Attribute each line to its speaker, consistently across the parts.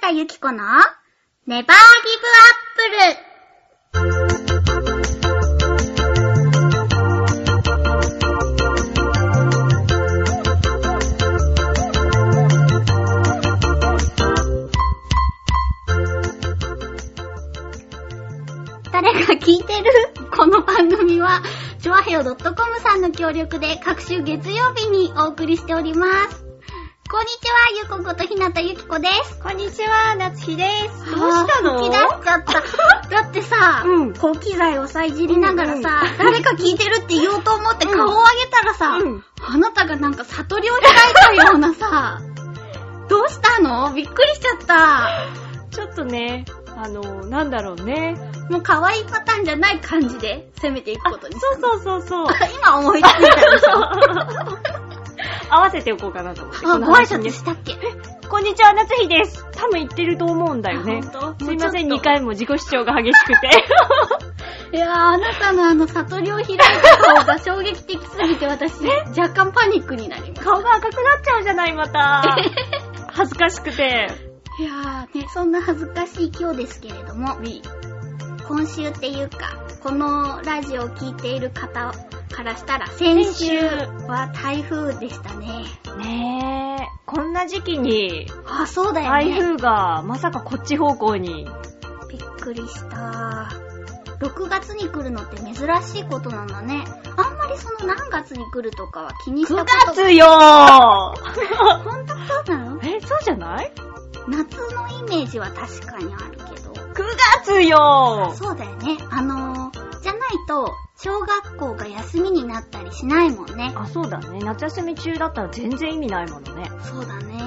Speaker 1: 田ゆき子のネバーギブアップル。誰か聞いてるこの番組は、ちょわへよ .com さんの協力で各週月曜日にお送りしております。こんにちは、ゆこことひなたゆきこです。
Speaker 2: こんにちは、夏日です。
Speaker 1: どうしたの吹き出しちゃ った。だってさ、
Speaker 2: うん
Speaker 1: こう機材をさ、いじりながらさ、
Speaker 2: うん
Speaker 1: 誰か聞いてるって言おうと思って
Speaker 2: うん
Speaker 1: 顔を上げたらさ、
Speaker 2: うん
Speaker 1: あなたがなんか悟りを開いたような さ、どうしたのびっくりしちゃった。
Speaker 2: ちょっとね、あの、なんだろうね。
Speaker 1: もう可愛いパターンじゃない感じで攻めていく
Speaker 2: あ、
Speaker 1: ことにした
Speaker 2: そうそうそう そう。
Speaker 1: 今思いついたでしょ。
Speaker 2: 合わせておこうかなと思って。
Speaker 1: あ、
Speaker 2: この
Speaker 1: ご挨
Speaker 2: 話
Speaker 1: 拶
Speaker 2: にね
Speaker 1: したっけ
Speaker 2: こんにちは、夏日です。多分言ってると思うんだよね。
Speaker 1: あ本当
Speaker 2: すいません、
Speaker 1: もうちょ
Speaker 2: 2
Speaker 1: っ
Speaker 2: 回も自己主張が激しくて。
Speaker 1: といやー、あなたのあの悟りを開いた顔が衝撃的すぎて私、若干パニックになります。
Speaker 2: 顔が赤くなっちゃうじゃない、また。 恥ずかしくて。
Speaker 1: いやー、ね、そんな恥ずかしい今日ですけれども、今週っていうか、このラジオを聞いている方からしたら、先週
Speaker 2: 先週
Speaker 1: は台風でしたね。
Speaker 2: ねえ、こんな時期に、
Speaker 1: あ、そうだよね。
Speaker 2: 台風がまさかこっち方向に。
Speaker 1: びっくりした。6月に来るのって珍しいことなんだね。あんまりその何月に来るとかは気にし
Speaker 2: 9
Speaker 1: たこと
Speaker 2: 月よー
Speaker 1: 本当そうなの
Speaker 2: え、そうじゃない
Speaker 1: 夏のイメージは確かにあるけど。
Speaker 2: 9月よ
Speaker 1: そうだよね。あのー、じゃないと、小学校が休みになったりしないもんね。
Speaker 2: あ、そうだね。夏休み中だったら全然意味ないものね。
Speaker 1: そうだね。
Speaker 2: い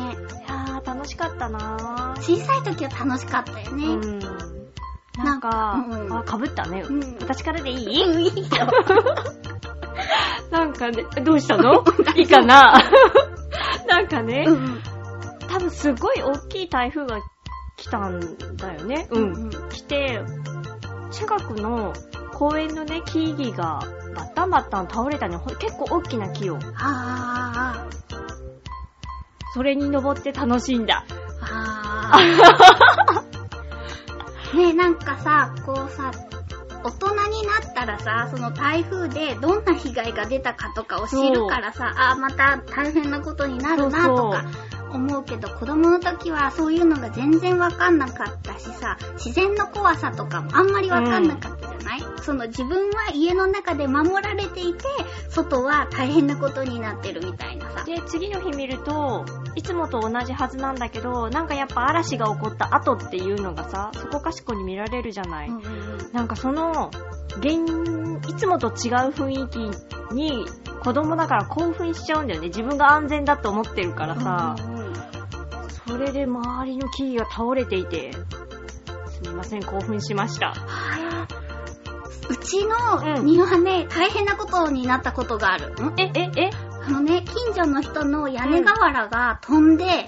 Speaker 2: やー、楽しかったなー。
Speaker 1: 小さい時は楽しかったよね。
Speaker 2: うん。なんか、
Speaker 1: うん
Speaker 2: あ、かぶったね。
Speaker 1: うん
Speaker 2: 私からでいい
Speaker 1: いいよ。
Speaker 2: なんかね、どうしたの いいかななんかね、
Speaker 1: うん。
Speaker 2: 多分すごい大きい台風が来たんだよね。うん。
Speaker 1: うんうん
Speaker 2: 来て、近くの公園のね、木々がバッタンバッタン倒れたね。ほ結構大きな木を。
Speaker 1: あー
Speaker 2: それに登って楽しんだ。
Speaker 1: あーあー。 ねえ、なんかさ、こうさ、大人になったらさ、その台風でどんな被害が出たかとかを知るからさ、あーまた大変なことになるなとか思うけど、子供の時はそういうのが全然わかんなかったしさ、自然の怖さとかもあんまりわかんなかったじゃない、その自分は家の中で守られていて、外は大変なことになってるみたいなさ。
Speaker 2: で、次の日見ると、いつもと同じはずなんだけど、なんかやっぱ嵐が起こった後っていうのがさ、そこかしこに見られるじゃない。
Speaker 1: うんうんうん
Speaker 2: なんかその、現、いつもと違う雰囲気に、子供だから興奮しちゃうんだよね。自分が安全だと思ってるからさ、
Speaker 1: うんうんうん
Speaker 2: それで周りの木々が倒れていて、すみません、興奮しました。
Speaker 1: うちの庭ね、大変なことになったことがある。
Speaker 2: え、え、え
Speaker 1: あのね、近所の人の屋根瓦が飛んで、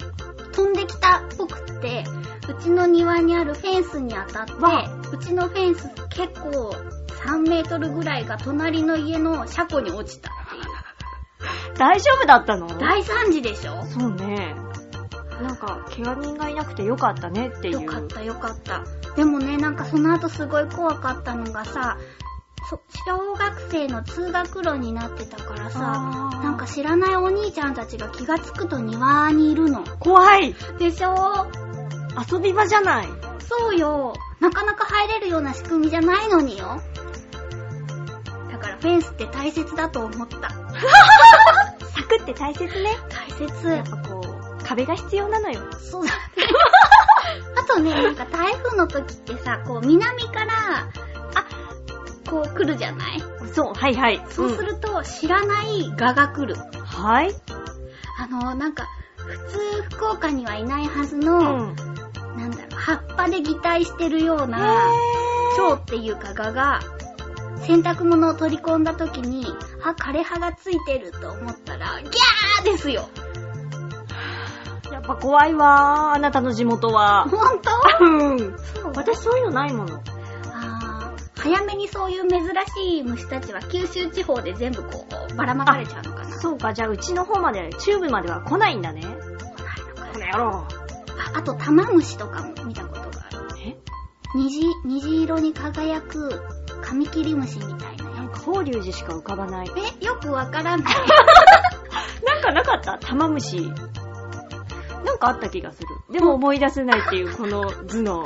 Speaker 1: 飛んできたっぽくって、うちの庭にあるフェンスに当たって
Speaker 2: わ、
Speaker 1: うちのフェンス結構3メートルぐらいが隣の家の車庫に落 ちたっていう。
Speaker 2: 大丈夫だったの
Speaker 1: 大惨事でしょ
Speaker 2: そうね。なんか、怪我人がいなくてよかったねっていう。
Speaker 1: よかったよかった。でもね、なんかその後すごい怖かったのがさ、そ小学生の通学路になってたからさ、
Speaker 2: あー
Speaker 1: なんか知らないお兄ちゃんたちが気がつくと庭にいるの。
Speaker 2: 怖い
Speaker 1: でしょ
Speaker 2: 遊び場じゃない
Speaker 1: そうよ。なかなか入れるような仕組みじゃないのによ。だからフェンスって大切だと思った。
Speaker 2: 柵って大切ね。
Speaker 1: 大
Speaker 2: や
Speaker 1: 切
Speaker 2: っ。ぱこう、壁が必要なのよ。
Speaker 1: そうだ ね。あとね、なんか台風の時ってさ、こう南から、あ、こう来るじゃない
Speaker 2: そう、はいはい。
Speaker 1: そうすると知らない蛾が来る。
Speaker 2: うん。はい
Speaker 1: あの、なんか、普通福岡にはいないはず
Speaker 2: う
Speaker 1: の、。なんだろう、葉っぱで擬態してるような、蝶っていうか蛾が、洗濯物を取り込んだ時に、あ、枯れ葉がついてると思ったら、ギャーですよ
Speaker 2: やっぱ怖いわー、あなたの地元は。
Speaker 1: ほんと
Speaker 2: うん。
Speaker 1: そう
Speaker 2: 私そういうのないもの。
Speaker 1: あー早めにそういう珍しい虫たちは九州地方で全部こう、ばらまかれちゃうのかな。
Speaker 2: そうか、じゃあうちの方まで、チューブまでは来ないんだね。
Speaker 1: 来ないのか
Speaker 2: この野郎。
Speaker 1: あ、あと玉虫とかも見たことがある。
Speaker 2: え
Speaker 1: 虹、虹色に輝くカミキリムシみたいな
Speaker 2: なん
Speaker 1: や
Speaker 2: か法隆寺しか浮かばない。
Speaker 1: つ。え、よくわから ない。
Speaker 2: なんかなかった玉虫。なんかあった気がする。でも思い出せないっていう、この頭脳。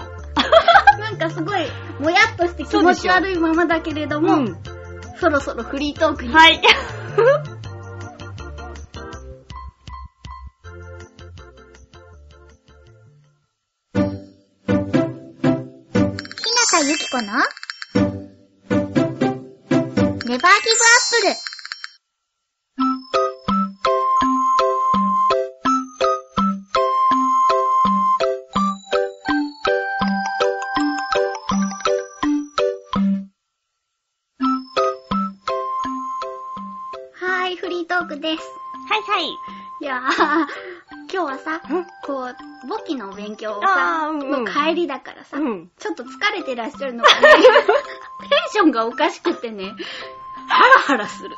Speaker 1: なんかすごい、もやっとして気持ち悪いままだけれども、
Speaker 2: うん。
Speaker 1: そろそろフリートークに。
Speaker 2: はい。
Speaker 1: 日向ゆき子の、ネバーギブアップル。はーい、フリートークです。
Speaker 2: はいはい。
Speaker 1: いやー、今日はさ、こう、簿記の勉強を
Speaker 2: あ
Speaker 1: さ、
Speaker 2: ーうんうん
Speaker 1: の帰りだからさ、
Speaker 2: うん。
Speaker 1: ちょっと疲れてらっしゃるのかな テンションがおかしくてね、ハラハラする。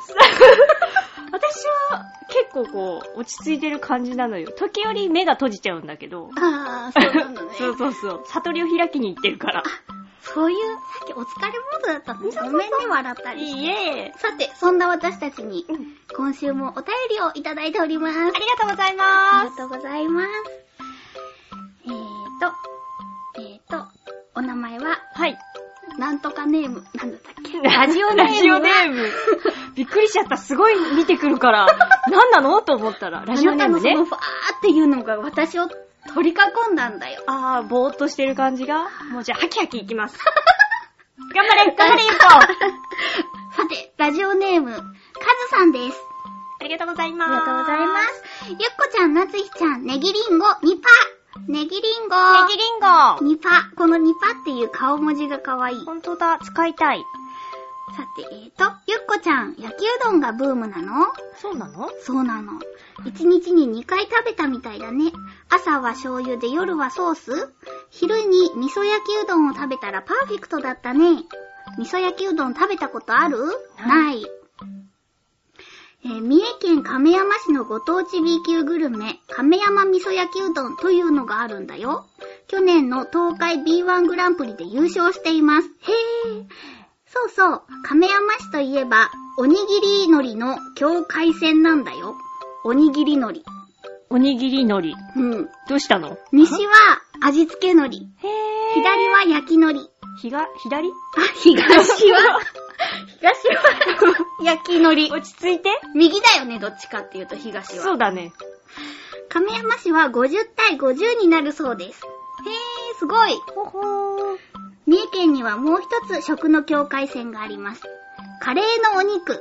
Speaker 2: 私は結構こう、落ち着いてる感じなのよ。時折目が閉じちゃうんだけど。
Speaker 1: ああ、そうなのね。
Speaker 2: そうそうそう。悟りを開きに行ってるから。
Speaker 1: そういう、さっきお疲れモードだったの
Speaker 2: そうそうそ
Speaker 1: ご
Speaker 2: う
Speaker 1: めんね、笑ったりして。
Speaker 2: いえ。
Speaker 1: さて、そんな私たちに
Speaker 2: うん、
Speaker 1: 今週もお便りをいただいております。
Speaker 2: ありがとうござい
Speaker 1: あり
Speaker 2: ま
Speaker 1: が
Speaker 2: す。
Speaker 1: とうございます。えーと、えーと、お名前は、
Speaker 2: はい。
Speaker 1: なんとかネーム、なんだったっけラジオネームは。
Speaker 2: ラジオネーム。びっくりしちゃった。すごい見てくるから。何なのと思ったら。ラジオネームね
Speaker 1: あ。なたのそのファーっていうのが私を取り囲んだんだよ。
Speaker 2: あー、ぼーっとしてる感じが。もうじゃあ、ハキハキいきます。頑張れ頑張れゆうこあ
Speaker 1: さて、ラジオネーム、カズさんです。
Speaker 2: りがとうございま
Speaker 1: あ
Speaker 2: す。
Speaker 1: りがとうございま。す。ゆっこちゃん、なつひちゃん、ネギリンゴ、ニパ。ネギリンゴ。
Speaker 2: ネギリンゴ
Speaker 1: ニパ。このニパっていう顔文字がかわいい。
Speaker 2: ほんとだ、使いたい。
Speaker 1: さて、えーと、ゆっこちゃん、焼きうどんがブームなの
Speaker 2: そうなの
Speaker 1: そうなの。一日に2回食べたみたいだね。朝は醤油で夜はソース昼に味噌焼きうどんを食べたらパーフェクトだったね。味噌焼きうどん食べたことある
Speaker 2: な
Speaker 1: ない。えー三重県亀山市のご当地 B 級グルメ、亀山味噌焼きうどんというのがあるんだよ。去年の東海 B1 グランプリで優勝しています。へー。そうそう、亀山市といえば、おにぎり海苔の境界線なんだよ。おにぎり海苔。
Speaker 2: おにぎり海苔。
Speaker 1: うん。
Speaker 2: どうしたの
Speaker 1: 西は味付け海苔。
Speaker 2: へー
Speaker 1: 左は焼き海苔。
Speaker 2: ひが、左
Speaker 1: あ、東は、東は焼き海苔。
Speaker 2: 落ち着いて
Speaker 1: 右だよね、どっちかっていうと東は。
Speaker 2: そうだね。
Speaker 1: 亀山市は50対50になるそうです。へー、すごい。
Speaker 2: ほほー。
Speaker 1: 三重県にはもう一つ食の境界線があります。カレーのお肉。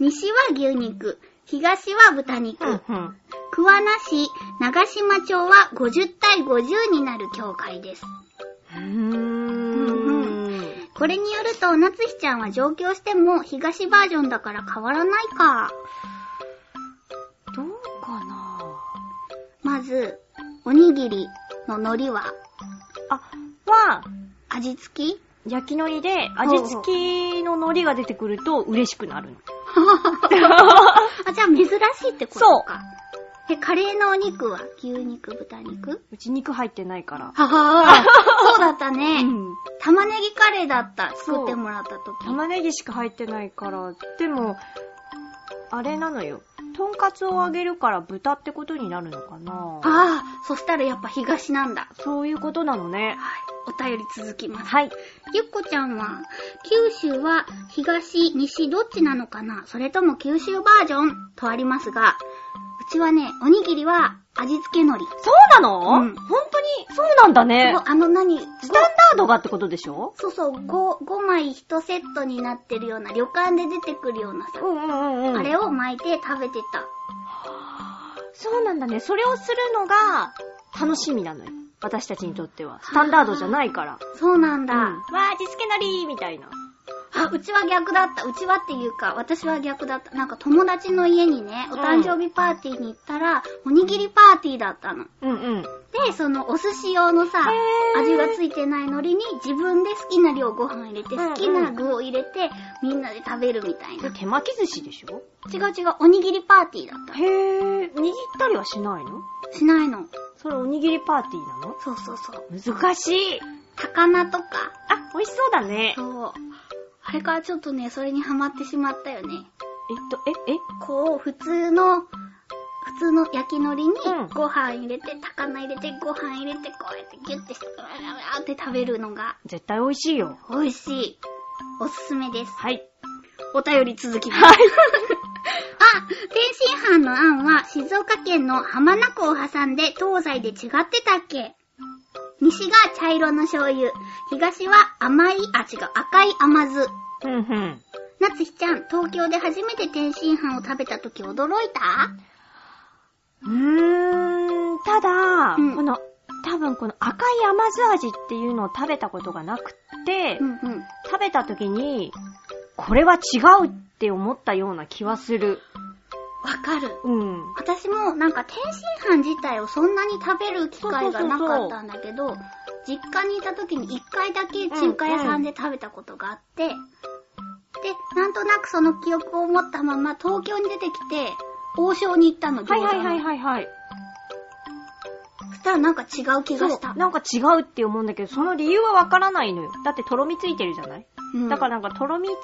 Speaker 1: 西は牛肉。東は豚肉。
Speaker 2: うんうん。
Speaker 1: 桑名市、長島町は50対50になる境界です。
Speaker 2: うーん。
Speaker 1: これによると、夏日ちゃんは上京しても東バージョンだから変わらないか。
Speaker 2: どうかな
Speaker 1: まず、おにぎりの海苔は
Speaker 2: あ、は、
Speaker 1: 味付き
Speaker 2: 焼き海苔で味付きの海苔が出てくると嬉しくなるの。
Speaker 1: あ、じゃあ珍しいってこと
Speaker 2: そう
Speaker 1: か。で、カレーのお肉は牛肉、豚肉
Speaker 2: うち肉入ってないから。
Speaker 1: ははそうだった
Speaker 2: う
Speaker 1: ね。
Speaker 2: ん。
Speaker 1: 玉ねぎカレーだった。
Speaker 2: そう
Speaker 1: 作ってもらった時。
Speaker 2: 玉ねぎしか入ってないから。でも、あれなのよ。とんかつをあげるから豚ってことになるのかな
Speaker 1: ああ、そしたらやっぱ東なんだ。
Speaker 2: そういうことなのね。
Speaker 1: お便り続きます。
Speaker 2: はい。
Speaker 1: ゆっこちゃんは、九州は東、西どっちなのかなそれとも九州バージョンとありますが、うちはね、おにぎりは味付け海苔。
Speaker 2: そうなの、
Speaker 1: うん
Speaker 2: 本当にそうなんだね。
Speaker 1: ごあの何、
Speaker 2: スタンダードがってことでしょ
Speaker 1: そうそう、5、5枚1セットになってるような、旅館で出てくるようなさ、
Speaker 2: んうんう
Speaker 1: あれを巻いて食べてた。
Speaker 2: そうなんだね。それをするのが楽しみなのよ。私たちにとっては。スタンダードじゃないから。
Speaker 1: そうなんだ。
Speaker 2: わー、味付けなりーみたいな。
Speaker 1: あ、うちは逆だった。うちはっていうか、私は逆だった。なんか友達の家にね、お誕生日パーティーに行ったら、おにぎりパーティーだったの。
Speaker 2: うんうん。
Speaker 1: で、そのお寿司用のさ、
Speaker 2: へー
Speaker 1: 味がついてない海苔に自分で好きな量ご飯入れて、
Speaker 2: うんうん
Speaker 1: 好きな具を入れて、みんなで食べるみたいな。違
Speaker 2: 手巻き寿司でしょ
Speaker 1: う違う、おにぎりパーティーだっ
Speaker 2: へー、握ったりはしないの
Speaker 1: た。しないの。
Speaker 2: それおにぎりパーティーなの
Speaker 1: そうそうそう。
Speaker 2: 難しい
Speaker 1: 高菜とか、
Speaker 2: あ、美味しそうだね。
Speaker 1: そう。あれからちょっとね、それにハマってしまったよね。
Speaker 2: えっと、え、え
Speaker 1: こう、普通の、普通の焼き海苔に
Speaker 2: うん
Speaker 1: ご飯入れて、高菜入れて、ご飯入れて、こうやってギュッてして、うわうわうわって食べるのが
Speaker 2: 絶対美味しいよ。
Speaker 1: 美味しい。おすすめです。
Speaker 2: はい。
Speaker 1: お便り続きます。
Speaker 2: は
Speaker 1: あ
Speaker 2: い。
Speaker 1: 天津飯の案は静岡県の浜名湖を挟んで東西で違ってたっけ西が茶色の醤油、東は甘い、あ、違う、赤い甘酢。
Speaker 2: うんうん。
Speaker 1: なつひちゃん、東京で初めて天津飯を食べた時驚いた
Speaker 2: うーん、ただ、
Speaker 1: うん
Speaker 2: この、多分この赤い甘酢味っていうのを食べたことがなくて、
Speaker 1: うんうん。
Speaker 2: 食べた時に、これは違うって思ったような気はする。
Speaker 1: わかる。
Speaker 2: うん。
Speaker 1: 私もなんか天津飯自体をそんなに食べる機会がなかったんだけど、実家にいた時に一回だけ中華屋さんで食べたことがあって、で、なんとなくその記憶を持ったまま東京に出てきて、王将に行ったの、
Speaker 2: はいはいはい
Speaker 1: い。
Speaker 2: はいはい。
Speaker 1: そしたらなんか違う気がした。
Speaker 2: なんか違うって思うんだけど、その理由はわからないのよ。だってとろみついてるじゃない、
Speaker 1: うん
Speaker 2: だからなんかとろみつい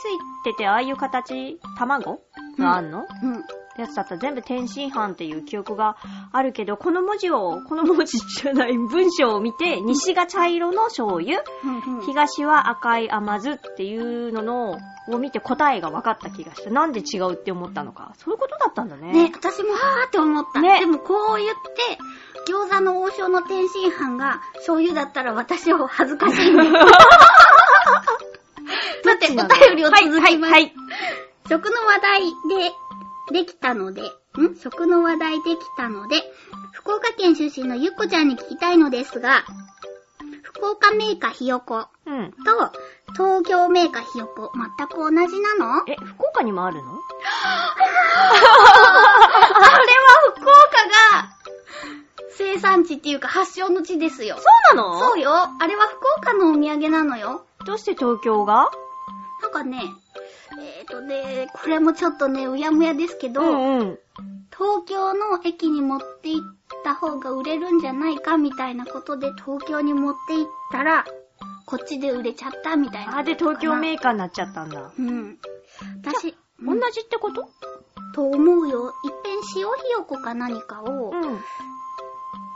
Speaker 2: てて、ああいう形、卵があんの、
Speaker 1: うん。
Speaker 2: やつだったら全部天津飯っていう記憶があるけど、この文字を、この文字じゃない文章を見て、西が茶色の醤油、
Speaker 1: うんうん
Speaker 2: 東は赤い甘酢っていうののを見て答えが分かった気がした。なんで違うって思ったのか。そういうことだったんだね。
Speaker 1: ね、私もはーって思った。
Speaker 2: ね
Speaker 1: でもこう言って、餃子の王将の天津飯が醤油だったら私は恥ずかしい んです。だってお便りを続
Speaker 2: は
Speaker 1: き
Speaker 2: い、
Speaker 1: ます。
Speaker 2: はい、はい。
Speaker 1: 食の話題で、できたので、ん食の話題できたので、福岡県出身のゆっこちゃんに聞きたいのですが、福岡メーカーひよこ
Speaker 2: うん。
Speaker 1: と東京メーカーひよこ全く同じなの
Speaker 2: え、福岡にもあるの
Speaker 1: あれは福岡が生産地っていうか発祥の地ですよ。
Speaker 2: そうなの
Speaker 1: そうよ。あれは福岡のお土産なのよ。
Speaker 2: どうして東京が
Speaker 1: なんかね、えーとね、これもちょっとね、うやむやですけど、
Speaker 2: んうん。
Speaker 1: 東京の駅に持って行った方が売れるんじゃないかみたいなことで東京に持って行ったら、こっちで売れちゃったみたいな。
Speaker 2: あ、で東京メ
Speaker 1: ー
Speaker 2: ーカーになっちゃったんだ。
Speaker 1: うん。私、
Speaker 2: 同
Speaker 1: うん
Speaker 2: じってこと
Speaker 1: と思うよ。いっぺん塩ひよこか何かを、
Speaker 2: うん。へ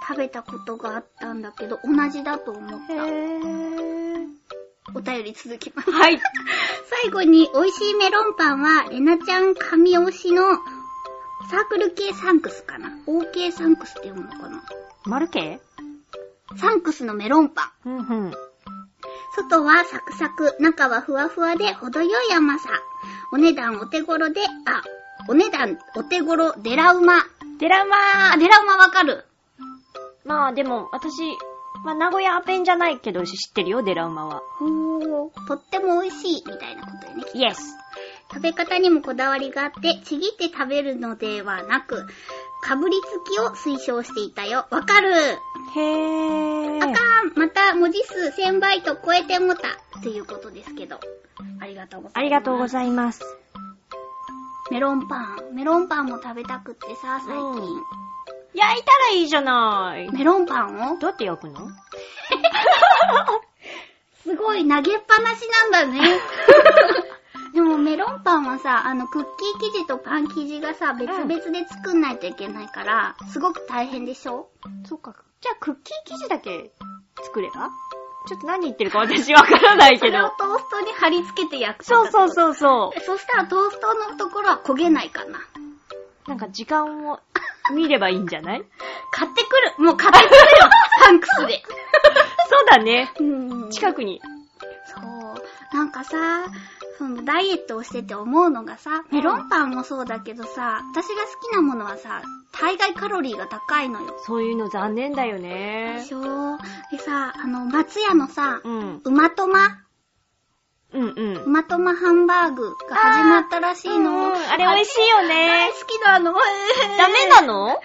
Speaker 1: 食べたことがあったんだけど、同じだと思った。
Speaker 2: ー。
Speaker 1: お便り続きます。
Speaker 2: はい。
Speaker 1: 最後に、美味しいメロンパンは、レナちゃん神推しの、サークル系サンクスかな ?OK サンクスって読むのかな
Speaker 2: マルケ
Speaker 1: サンクスのメロンパン。
Speaker 2: うんうん。
Speaker 1: 外はサクサク、中はふわふわで程よい甘さ。お値段お手頃で、あ、お値段お手頃デラウマ。
Speaker 2: デラマー
Speaker 1: あ、デラウマわかる
Speaker 2: まあでも、私、まあ名古屋アペンじゃないけど知ってるよ、デラウマは。
Speaker 1: ほー、とっても美味しい、みたいなことよね。
Speaker 2: イエス。
Speaker 1: 食べ方にもこだわりがあって、ちぎって食べるのではなく、かぶりつきを推奨していたよ。わかる、
Speaker 2: へー。
Speaker 1: あかんまた文字数1000バイト超えてもたということですけど。ありがとうございます。
Speaker 2: ありがとうございます。
Speaker 1: メロンパン。メロンパンも食べたくってさ、最近。
Speaker 2: 焼いたらいいじゃない。
Speaker 1: メロンパンを
Speaker 2: どうやって焼くの
Speaker 1: すごい投げっぱなしなんだ ね。でもメロンパンはさ、あのクッキー生地とパン生地がさ、別々で作んないといけないから、すごく大変でしょ
Speaker 2: そうか。じゃあ、クッキー生地だけ作ればちょっと何言ってるか私わからない
Speaker 1: そ
Speaker 2: け
Speaker 1: れを
Speaker 2: ど
Speaker 1: ト。ーストに貼り付けて焼くと
Speaker 2: そうそう
Speaker 1: う。
Speaker 2: そうそ
Speaker 1: そしたらトーストのところは焦げないかな。
Speaker 2: う。なんか時間を見ればいいんじゃない
Speaker 1: 買ってくるもう買ってくるよサンクスで。
Speaker 2: そうだね。
Speaker 1: うん
Speaker 2: 近くに。
Speaker 1: そう。なんかさ、そのダイエットをしてて思うのがさ、メロンパンもそうだけどさ、私が好きなものはさ、大概カロリーが高いのよ。
Speaker 2: そういうの残念だよ
Speaker 1: で
Speaker 2: ね。
Speaker 1: しょでさ、あの、松屋のさ
Speaker 2: う、ん。
Speaker 1: うまとま
Speaker 2: うんうん
Speaker 1: う。まとまハンバーグが始まったらしいの。
Speaker 2: うんあれ美味しいよ
Speaker 1: 大。
Speaker 2: ね
Speaker 1: 好き なの。
Speaker 2: ダメなの
Speaker 1: えー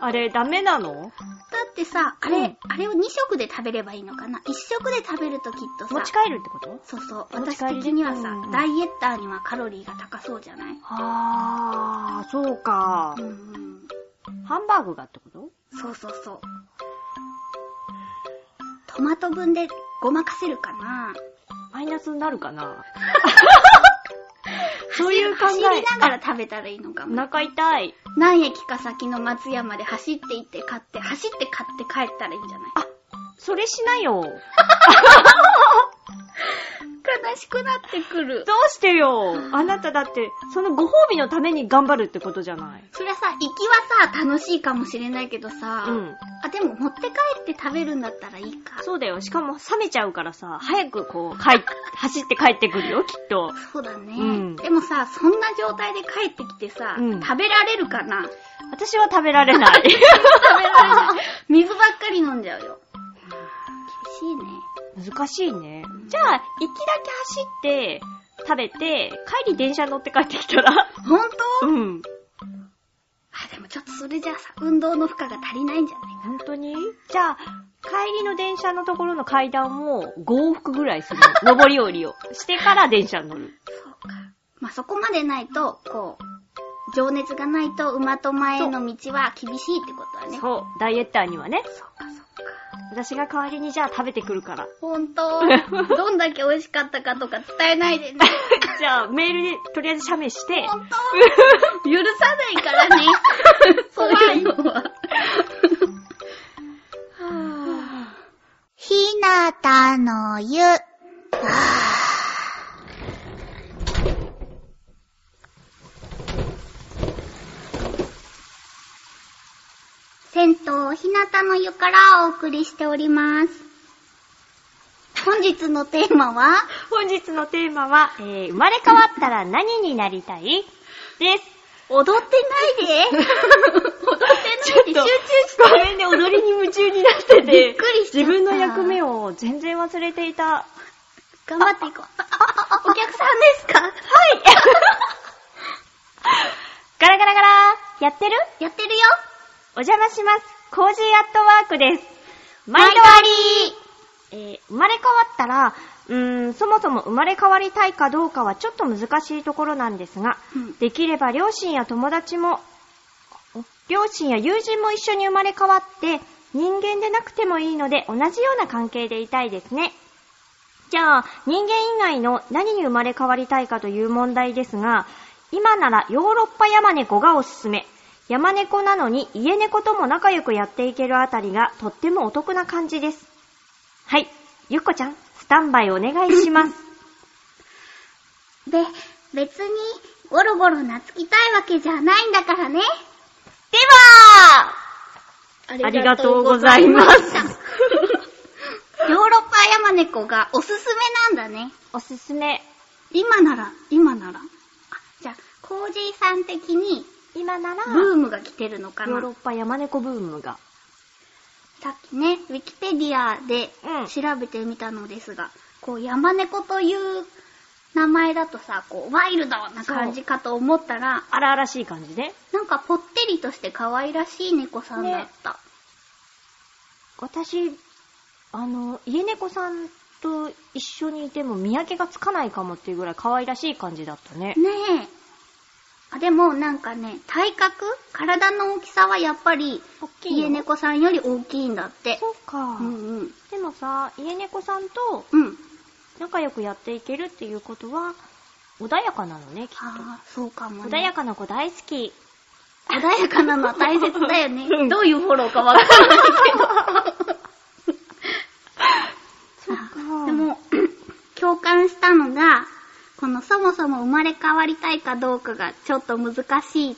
Speaker 2: あれダメなの
Speaker 1: だってさ、あれ、
Speaker 2: うん
Speaker 1: あれを2食で食べればいいのかな ?1 食で食べるときっと
Speaker 2: 持
Speaker 1: さ
Speaker 2: ち、帰るってこと
Speaker 1: そうそう、
Speaker 2: 持ち
Speaker 1: 私
Speaker 2: 帰り
Speaker 1: 的にはさ、
Speaker 2: うんうん
Speaker 1: ダイエッターにはカロリーが高そうじゃない
Speaker 2: あー、そうか
Speaker 1: う。んうん。
Speaker 2: ハンバーグがってこと
Speaker 1: そうそうそう。トマト分でごまかせるかな
Speaker 2: マイナスになるか なそういう考
Speaker 1: 走りな
Speaker 2: え。
Speaker 1: がら食べたらいいのか
Speaker 2: お
Speaker 1: も。
Speaker 2: 腹痛い。
Speaker 1: 何駅か先の松山で走って行って買って、走って買って帰ったらいいんじゃない
Speaker 2: あそれしなよ。ど
Speaker 1: 悲しくなってくる。
Speaker 2: うしてよ。あなただって、そのご褒美のために頑張るってことじゃない。
Speaker 1: そりゃさ、行きはさ、楽しいかもしれないけどさ、
Speaker 2: うん。
Speaker 1: あ、でも持って帰って食べるんだったらいいか。
Speaker 2: そうだよ。しかも冷めちゃうからさ、早くこう、帰っ、走って帰ってくるよ、きっと。
Speaker 1: そうだね、
Speaker 2: うん
Speaker 1: でもさ、そんな状態で帰ってきてさ、
Speaker 2: うん
Speaker 1: 食べられるかな
Speaker 2: 私は食べられない。
Speaker 1: 食べられない。水ばっかり飲んじゃうよ。厳しいね。
Speaker 2: 難しいね。じゃあ、行きだけ走って、食べて、帰り電車乗って帰ってきたら。
Speaker 1: ほんと
Speaker 2: うん。
Speaker 1: あ、でもちょっとそれじゃさ、運動の負荷が足りないんじゃない
Speaker 2: 本当にじゃあ、帰りの電車のところの階段を5往復ぐらいす る。上り下りを。してから電車に乗る。
Speaker 1: そうか。まあ、そこまでないと、こう、情熱がないと馬と前への道は厳しいってことだね。う
Speaker 2: そう、ダイエッターにはね。
Speaker 1: か、そうか。
Speaker 2: 私が代わりにじゃあ食べてくる から。
Speaker 1: ほんと、どんだけ美味しかったかとか伝えないで ね。
Speaker 2: じゃあ、メールでとりあえず写メ して、
Speaker 1: 本当許さ ないからね。怖いのは。ひなたの湯。銭湯ひなたの湯からお送りしております。本日のテーマは、
Speaker 2: 本日のテーマは、えー、生まれ変わったら何になりたいです。
Speaker 1: 踊ってない で踊ってないで集中して
Speaker 2: ごめんね、踊りに夢中になってて。
Speaker 1: びっくりしちゃった
Speaker 2: 自分の役目を全然忘れていた。
Speaker 1: 頑張っていこう。お客さんですか
Speaker 2: ガラガラガラーやってる
Speaker 1: やってるよ
Speaker 2: お邪魔します。コージーアットワークです。毎度
Speaker 1: あり
Speaker 2: えー生まれ変わったら、うーん、そもそも生まれ変わりたいかどうかはちょっと難しいところなんですが、
Speaker 1: うん
Speaker 2: できれば両親や友達も、お両親や友人も一緒に生まれ変わって、人間でなくてもいいので同じような関係でいたいですね。じゃあ、人間以外の何に生まれ変わりたいかという問題ですが、今ならヨーロッパヤマネコがおすすめ。山猫なのに家猫とも仲良くやっていけるあたりがとってもお得な感じです。はい。ゆっこちゃん、スタンバイお願い します。
Speaker 1: で、別に、ゴロゴロ懐きたいわけじゃないんだからね。
Speaker 2: では
Speaker 1: あ
Speaker 2: りがとうござい ます
Speaker 1: りがとうございましたヨーロッパヤマネコがおすすめなんだね。
Speaker 2: おすすめ。
Speaker 1: 今なら、今なら。あ、じゃあ、コージーさん的に
Speaker 2: 今なら、
Speaker 1: ブームが来てるのか
Speaker 2: ヨー
Speaker 1: な
Speaker 2: ロッパ山猫ブームが。
Speaker 1: さっきね、ウィキペディアで
Speaker 2: うん
Speaker 1: 調べてみたのですが、こう、山猫という名前だとさ、こう、ワイルドな感じかと思ったら、
Speaker 2: 荒々しい感じね。
Speaker 1: なんかぽってりとして可愛らしい猫さんだった。
Speaker 2: 私、あの、家猫さんと一緒にいても見分けがつかないかもっていうぐらい可愛らしい感じだったね。
Speaker 1: ねえ。あ、でもなんかね、体格体の大きさはやっぱり、
Speaker 2: 大きいよ
Speaker 1: 家。猫さんより大きいんだって。
Speaker 2: そうか。
Speaker 1: うんうん。
Speaker 2: でもさ、家猫さんと
Speaker 1: うん。
Speaker 2: 仲良くやっていけるっていうことは、穏やかなのね、きっ
Speaker 1: ああ、そうかも
Speaker 2: と。
Speaker 1: ね。
Speaker 2: 穏やかな子大好き。。
Speaker 1: 穏やかなのは大切だよね
Speaker 2: うん
Speaker 1: どういうフォローかわからないけ ど。でも、共感したのが、このそもそも生まれ変わりたいかどうかがちょっと難しいっ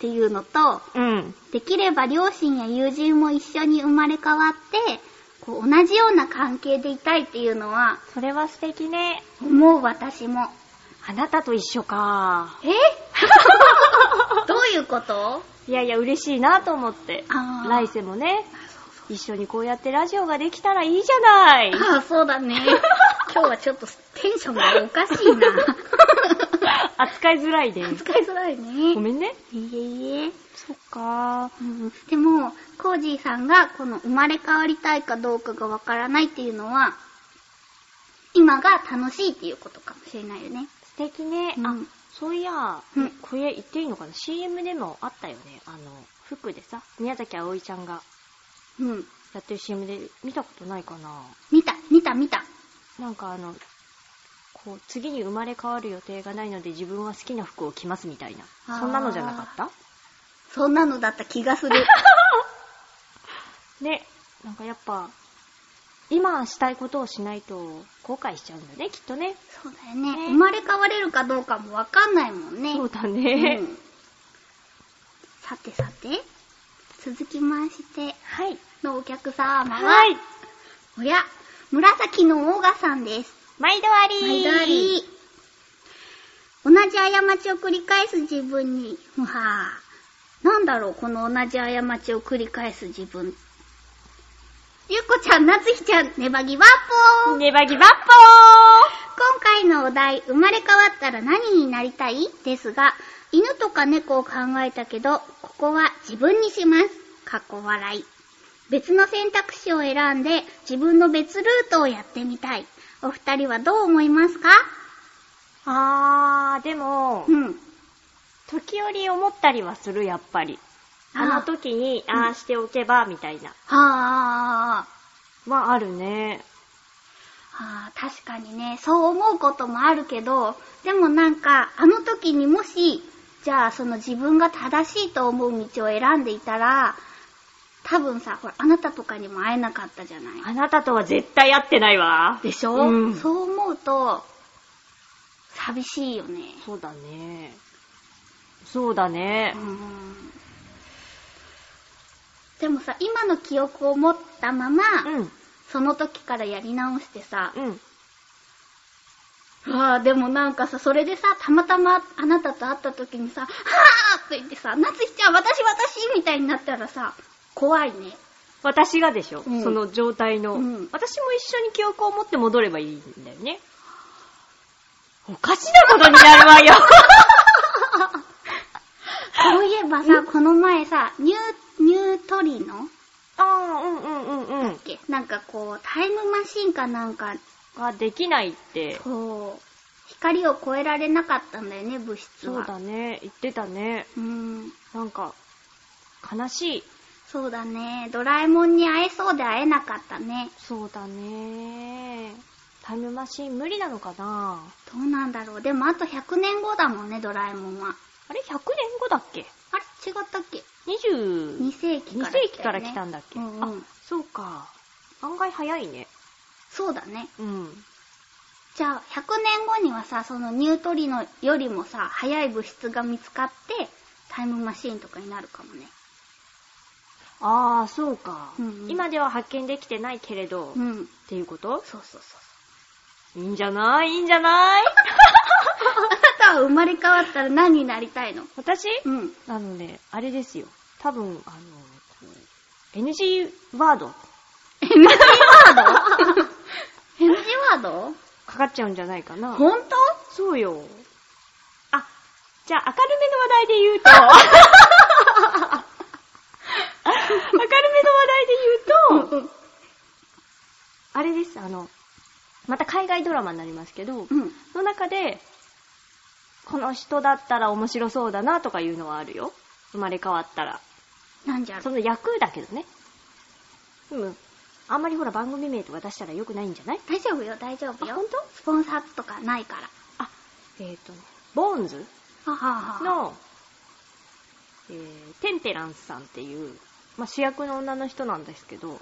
Speaker 1: ていうのと、
Speaker 2: うん。
Speaker 1: できれば両親や友人も一緒に生まれ変わって、こう同じような関係でいたいっていうのは、
Speaker 2: それは素敵ね。
Speaker 1: 思う私も。
Speaker 2: あなたと一緒か。
Speaker 1: えどういうこと
Speaker 2: いやいや、嬉しいなと思って。
Speaker 1: あー
Speaker 2: 来世もね、一緒にこうやってラジオができたらいいじゃ ない。
Speaker 1: ああ、そうだね。今日はちょっとテンションがおかしいな。
Speaker 2: 扱いづらいで。
Speaker 1: 扱いづらいね。
Speaker 2: ごめんね。
Speaker 1: いえいえ。
Speaker 2: そっか。
Speaker 1: うんでも、コージーさんがこの生まれ変わりたいかどうかがわからないっていうのは、今が楽しいっていうことかもしれないよね。
Speaker 2: 素敵ね。
Speaker 1: うん
Speaker 2: あ、そういや、
Speaker 1: うん
Speaker 2: これ言っていいのかな ?CM でもあったよね。あの、服でさ、宮崎葵ちゃんが
Speaker 1: うん。
Speaker 2: やってる CM で見たことないかな
Speaker 1: 見た、見た、見た。
Speaker 2: なんかあの、こう、次に生まれ変わる予定がないので自分は好きな服を着ますみたいな。
Speaker 1: あー
Speaker 2: そんなのじゃなかった
Speaker 1: そんなのだった気がする。
Speaker 2: で、なんかやっぱ、今したいことをしないと後悔しちゃうんだね、きっとね。
Speaker 1: そうだよね。
Speaker 2: ね
Speaker 1: 生まれ変われるかどうかもわかんないもんね。
Speaker 2: そうだね。
Speaker 1: うんさてさて、続きまして
Speaker 2: はい。
Speaker 1: のお客様は、
Speaker 2: はい。
Speaker 1: おや、紫のオーガさんです。
Speaker 2: 毎度あ
Speaker 1: 毎
Speaker 2: り
Speaker 1: 度あり。同じ過ちを繰り返す自分に、むはぁ。なんだろう、この同じ過ちを繰り返す自分。ゆっこちゃん、なつひちゃん、ネバギワッポー
Speaker 2: ネバギバッポ
Speaker 1: 今回のお題、生まれ変わったら何になりたいですが、犬とか猫を考えたけど、ここは自分にします。かっこ笑い。別の選択肢を選んで、自分の別ルートをやってみたい。お二人はどう思いますか
Speaker 2: ーあー、でも
Speaker 1: う、ん。
Speaker 2: 時折思ったりはする、やっぱり。
Speaker 1: あー
Speaker 2: あの時に、ああしておけば、みたいな。
Speaker 1: はあ。
Speaker 2: まあ、あるね。
Speaker 1: あー確かにね、そう思うこともあるけど、でもなんか、あの時にもし、じゃあその自分が正しいと思う道を選んでいたら、多分さ、ほら、あなたとかにも会えなかったじゃない。
Speaker 2: あなたとは絶対会ってないわ。
Speaker 1: でしょ、
Speaker 2: うん
Speaker 1: そう思うと、寂しいよね。
Speaker 2: そうだね。そうだね
Speaker 1: う。ん。でもさ、今の記憶を持ったまま、
Speaker 2: うん。
Speaker 1: その時からやり直してさ、
Speaker 2: うん。
Speaker 1: わあ、でもなんかさ、それでさ、たまたまあなたと会った時にさ、はぁって言ってさ、夏日ちゃん、私、私みたいになったらさ、怖いね。
Speaker 2: 私がでしょ、
Speaker 1: うん
Speaker 2: その状態の、
Speaker 1: うん
Speaker 2: 私も一緒に記憶を持って戻ればいいんだよね。おかしなことになるわ よ
Speaker 1: そういえばさ、この前さ、ニュー、ニュートリノっ
Speaker 2: ああ、うんうんうんうん。
Speaker 1: けなんかこう、タイムマシンかなんか、
Speaker 2: あ、できないって。
Speaker 1: こう、光を越えられなかったんだよね、物質
Speaker 2: そう
Speaker 1: は。
Speaker 2: だね。言ってたね。
Speaker 1: うん。
Speaker 2: なんか、悲しい。
Speaker 1: そうだね。ドラえもんに会えそうで会えなかったね。
Speaker 2: そうだね。タイムマシン無理なのかな
Speaker 1: どうなんだろう。でもあと100年後だもんね、ドラえもんは。
Speaker 2: あれ、100年後だっけ
Speaker 1: あれ違ったっけ
Speaker 2: ?20
Speaker 1: 2世紀
Speaker 2: 2
Speaker 1: から来たよね、
Speaker 2: 世紀から来たんだっけ、
Speaker 1: うんうん
Speaker 2: あ、そうか。案外早いね。
Speaker 1: そうだね。
Speaker 2: うん。
Speaker 1: じゃあ、100年後にはさ、そのニュートリノよりもさ、早い物質が見つかって、タイムマシーンとかになるかもね。
Speaker 2: ああ、そうか、
Speaker 1: うんうん
Speaker 2: 今では発見できてないけれど、
Speaker 1: う
Speaker 2: っ
Speaker 1: ん。
Speaker 2: ていうこと
Speaker 1: そうそうそう。
Speaker 2: いいんじゃないいいんじゃ ない
Speaker 1: あなたは生まれ変わったら何になりたいの
Speaker 2: 私、
Speaker 1: うん。
Speaker 2: あのね、あれですよ。多分、あの、こう NG ワード
Speaker 1: NG ワー ド ?NG ワード
Speaker 2: かかっちゃうんじゃないかな。
Speaker 1: 本当
Speaker 2: そうよ。あ、じゃあ明るめの話題で言うと、明 るめの話題で言うと、
Speaker 1: うん。
Speaker 2: あれです、あの、また海外ドラマになりますけど、
Speaker 1: うん。
Speaker 2: の中で、この人だったら面白そうだなとかいうのはあるよ。生まれ変わったら。
Speaker 1: なんじゃ
Speaker 2: そ
Speaker 1: ろ
Speaker 2: の役だけどね。うん。あんまりほら番組名とか出したら良くないんじゃない
Speaker 1: 大丈夫よ、大丈夫よ。
Speaker 2: あ本
Speaker 1: スポンサーとかないから。
Speaker 2: あ、えっ、とね、ボーンズ
Speaker 1: はははは。
Speaker 2: の、えー、テンペランスさんっていう、まあ、主役の女の人なんですけど、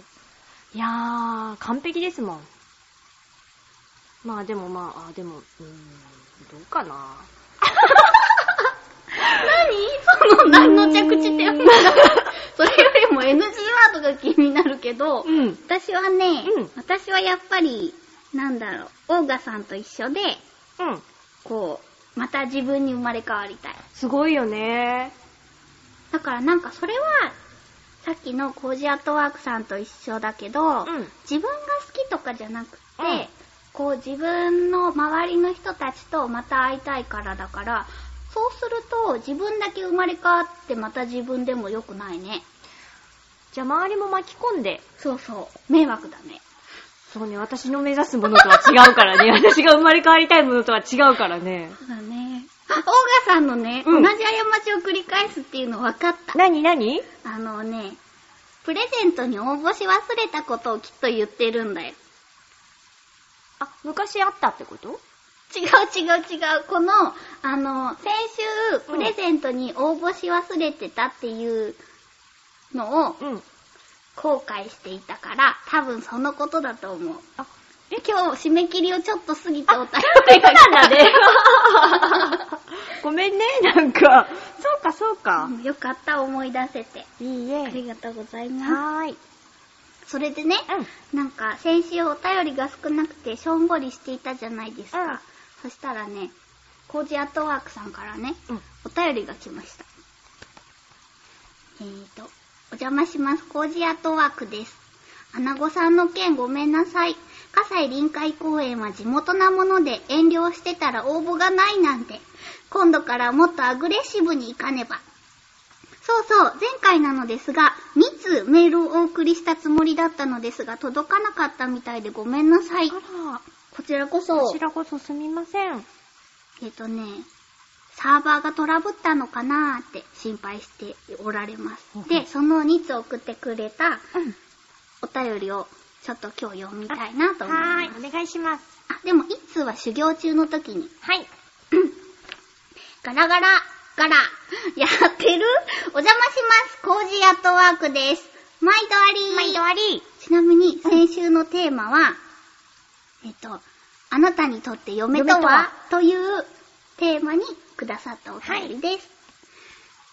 Speaker 2: いやー、完璧ですもん。まあでもまあ、あでも、うーん、どうかな。
Speaker 1: 何その何の着地 点もそれよりも NG ワードが気になるけど、
Speaker 2: うん。
Speaker 1: 私はね、
Speaker 2: うん
Speaker 1: 私はやっぱり、なんだろう、オーガさんと一緒で、
Speaker 2: うん。
Speaker 1: こう、また自分に生まれ変わりたい。
Speaker 2: すごいよね
Speaker 1: だからなんかそれは、さっきのコージアットワークさんと一緒だけど、
Speaker 2: うん
Speaker 1: 自分が好きとかじゃなくて、
Speaker 2: うん
Speaker 1: こう自分の周りの人たちとまた会いたいからだから、そうすると自分だけ生まれ変わってまた自分でも良くないね。
Speaker 2: じゃあ周りも巻き込んで、
Speaker 1: そうそう。迷惑だね。
Speaker 2: そうね、 私の目指すものとは違うからね。私が生まれ変わりたいものとは違うからね。
Speaker 1: そうだね。ああ、オーガさんのね、
Speaker 2: うん
Speaker 1: 同じ過ちを繰り返すっていうの分かった。
Speaker 2: なになに
Speaker 1: あのね、プレゼントに応募し忘れたことをきっと言ってるんだよ。
Speaker 2: あ、昔あったってこと
Speaker 1: 違う違う違う。この、あの、先週、
Speaker 2: う
Speaker 1: プ
Speaker 2: ん
Speaker 1: レゼントに応募し忘れてたっていうのを
Speaker 2: うん。
Speaker 1: 後悔していたから、多分そのことだと思う。
Speaker 2: あ、
Speaker 1: え今日、締め切りをちょっと過ぎてお便
Speaker 2: 言
Speaker 1: り
Speaker 2: っ
Speaker 1: が
Speaker 2: た
Speaker 1: 来
Speaker 2: ん
Speaker 1: た
Speaker 2: だね。 ごめんね、なんか。そうか、そうか。
Speaker 1: うんよかった、思い出せて。
Speaker 2: いい
Speaker 1: あり
Speaker 2: え。
Speaker 1: がとうございま
Speaker 2: はーい。
Speaker 1: す。それでね、なんか、先週お便りが少なくて、しょんぼりしていたじゃないですか。
Speaker 2: うん
Speaker 1: そしたらね、コージアットワークさんからね、
Speaker 2: うん。
Speaker 1: お便りが来ました。えーと、お邪魔します。コージアットワークです。アナゴさんの件ごめんなさい。葛西臨海公園は地元なもので遠慮してたら応募がないなんて。今度からもっとアグレッシブに行かねば。そうそう、前回なのですが、2通メールをお送りしたつもりだったのですが、届かなかったみたいでごめんなさい。
Speaker 2: あ
Speaker 1: こちらこ
Speaker 2: ら、
Speaker 1: そ。
Speaker 2: こちらこそすみません。
Speaker 1: えっとね、サーバーがトラブったのかなーって心配しておられます
Speaker 2: うんう。ん
Speaker 1: で、その2つ送ってくれた
Speaker 2: うん。
Speaker 1: お便りをちょっと今日読みたいなと思い
Speaker 2: は
Speaker 1: ます。
Speaker 2: ーい、お願いします。
Speaker 1: あ、でも1通は修行中の時に、
Speaker 2: はい。
Speaker 1: ガラガラ、ガラ、 やってるお邪魔します。コージーアットワークです。毎度あり
Speaker 2: 毎度あり。
Speaker 1: ちなみに先週のテーマは、えっと、あなたにとって嫁とは
Speaker 2: 嫁とは
Speaker 1: というテーマにくださったお便りです。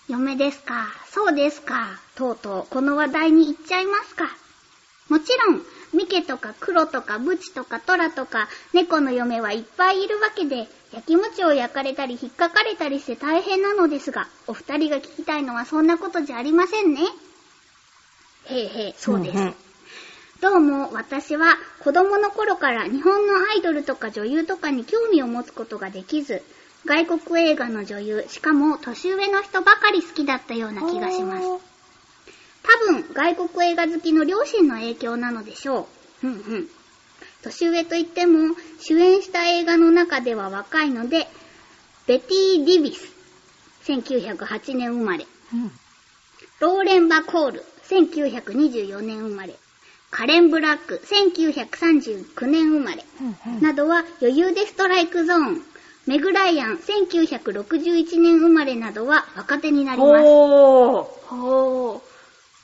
Speaker 1: 嫁ですかそうですかとうとうこの話題に行っちゃいますかもちろん、ミケとかクロとかブチとかトラとか猫の嫁はいっぱいいるわけで、焼き餅を焼かれたり引っかかれたりして大変なのですが、お二人が聞きたいのはそんなことじゃありませんね。へいへい、そうです。
Speaker 2: ん
Speaker 1: どうも私は子供の頃から日本のアイドルとか女優とかに興味を持つことができず、外国映画の女優、しかも年上の人ばかり好きだったような気がします。
Speaker 2: おー
Speaker 1: 多分外国映画好きの両親の影響なのでしょう。うんうん。年上といっても主演した映画の中では若いので、ベティ・ディビス、1908年生まれ。
Speaker 2: うん。
Speaker 1: ローレン・バコール、1924年生まれ。カレン・ブラック、1939年生まれ。
Speaker 2: うんうん
Speaker 1: などは余裕でストライクゾーン。メグ・ライアン、1961年生まれなどは若手になります。
Speaker 2: おー。
Speaker 1: ほー。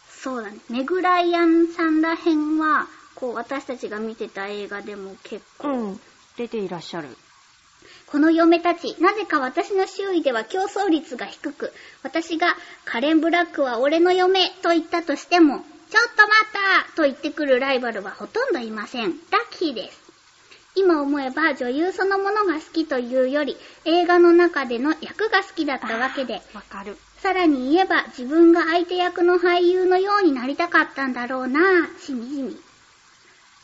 Speaker 1: そうだね。メグ・ライアンさんらへんは、こう私たちが見てた映画でも結構、
Speaker 2: うん。出ていらっしゃる。
Speaker 1: この嫁たち、なぜか私の周囲では競争率が低く、私がカレン・ブラックは俺の嫁と言ったとしても、ちょっと待ったと言ってくるライバルはほとんどいません。ラッキーです。今思えば女優そのものが好きというより、映画の中での役が好きだったわけで、
Speaker 2: わかる。
Speaker 1: さらに言えば自分が相手役の俳優のようになりたかったんだろうなぁ、しみじみ。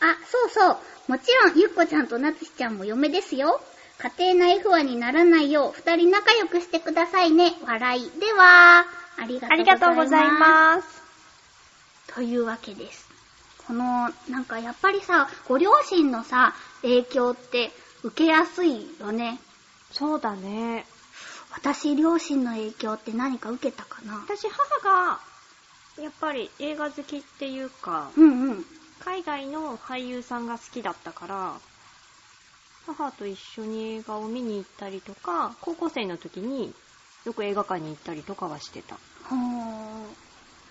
Speaker 1: あ、そうそう。もちろん、ゆっこちゃんとなつしちゃんも嫁ですよ。家庭内不安にならないよう、二人仲良くしてくださいね。笑い。では、ありが
Speaker 2: ありがと
Speaker 1: と
Speaker 2: う
Speaker 1: う
Speaker 2: ご
Speaker 1: ござ
Speaker 2: ざ
Speaker 1: い
Speaker 2: い
Speaker 1: ます。
Speaker 2: ます。
Speaker 1: というわけです。この、なんかやっぱりさ、ご両親のさ、影響って受けやすいよね。
Speaker 2: そうだね。
Speaker 1: 私、両親の影響って何か受けたかな
Speaker 2: 私、母が、やっぱり映画好きっていうか、
Speaker 1: うんうん。
Speaker 2: 海外の俳優さんが好きだったから、母と一緒に映画を見に行ったりとか、高校生の時によく映画館に行ったりとかはしてた。
Speaker 1: ほー。